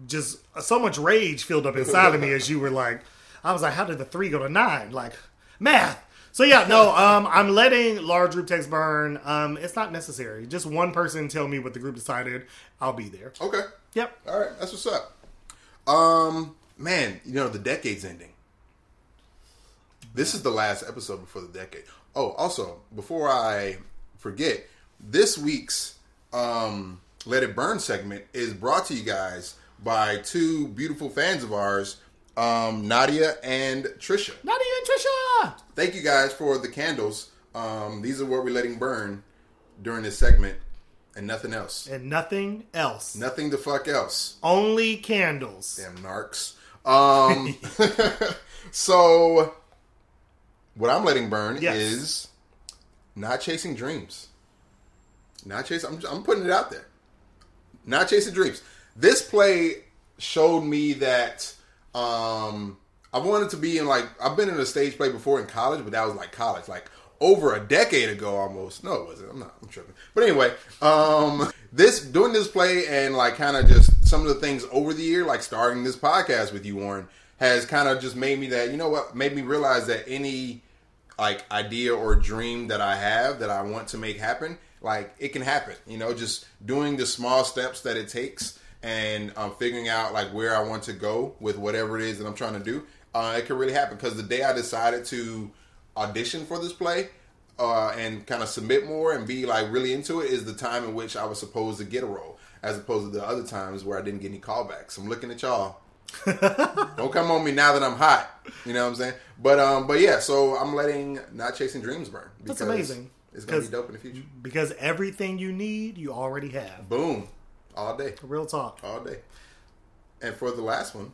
A: just uh, so much rage filled up inside of me as you were like, I was like, how did the three go to nine? Like math. So yeah, no, um, I'm letting large group text burn. Um, it's not necessary. Just one person tell me what the group decided. I'll be there.
B: Okay.
A: Yep.
B: All right. That's what's up. Um, man, you know the decade's ending. This is the last episode before the decade. Oh, also before I forget, this week's um, "Let It Burn" segment is brought to you guys by two beautiful fans of ours, um, Nadia and Trisha.
A: Nadia and Trisha.
B: Thank you guys for the candles. Um, these are what we're letting burn during this segment and nothing else.
A: and nothing else.
B: Nothing the fuck else.
A: Only candles.
B: Damn narcs. Um, so, what I'm letting burn
A: Yes.
B: is not chasing dreams. Not chasing. I'm, I'm putting it out there. Not chasing dreams. This play showed me that um, I wanted to be in like I've been in a stage play before in college, but that was like college, like over a decade ago almost. No, it wasn't. I'm not. I'm tripping. But anyway, um, (laughs) this doing this play and like kind of just some of the things over the year, like starting this podcast with you, Warren, has kind of just made me that you know what made me realize that any like idea or dream that I have that I want to make happen, like it can happen. You know, just doing the small steps that it takes and um, figuring out like where I want to go with whatever it is that I'm trying to do, uh, it can really happen. Because the day I decided to audition for this play uh, and kind of submit more and be like really into it is the time in which I was supposed to get a role, as opposed to the other times where I didn't get any callbacks. I'm looking at y'all. Don't come on me now that I'm hot. You know what I'm saying? But um, but yeah. So I'm letting not chasing dreams burn.
A: That's amazing.
B: It's gonna be
A: Because-
B: dope in the future.
A: Because everything you need, you already have.
B: Boom, all day,
A: Real talk.
B: all day. And for the last one,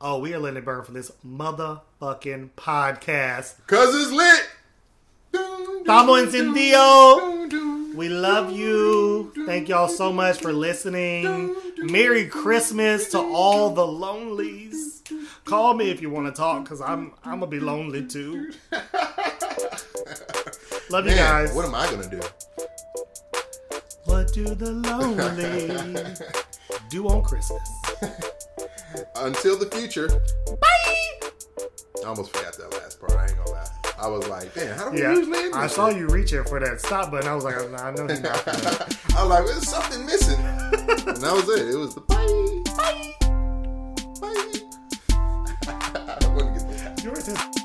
A: Oh, we are letting it burn for this motherfucking podcast.
B: cause it's lit. Dun, dun,
A: Tamo encendido.
B: dun, dun.
A: We love you. Thank y'all so much for listening. Merry Christmas to all the lonelies. Call me if you want to talk, cause I'm I'm gonna be lonely too. Love you
B: Man,
A: guys.
B: what am I gonna do?
A: What do the lonely
B: (laughs)
A: do on Christmas?
B: Until the future. Bye. I almost forgot that last part. I ain't gonna lie. I was like, damn, how do we
A: Yeah,
B: usually end
A: I
B: this
A: saw
B: shit?
A: you reaching for that stop button. I was like, nah, I know he's
B: (laughs)
A: not.
B: I was like, there's something missing. and that was it. It was the bye. (laughs) Bye. Bye. I want to get that. (laughs)
A: Yours is-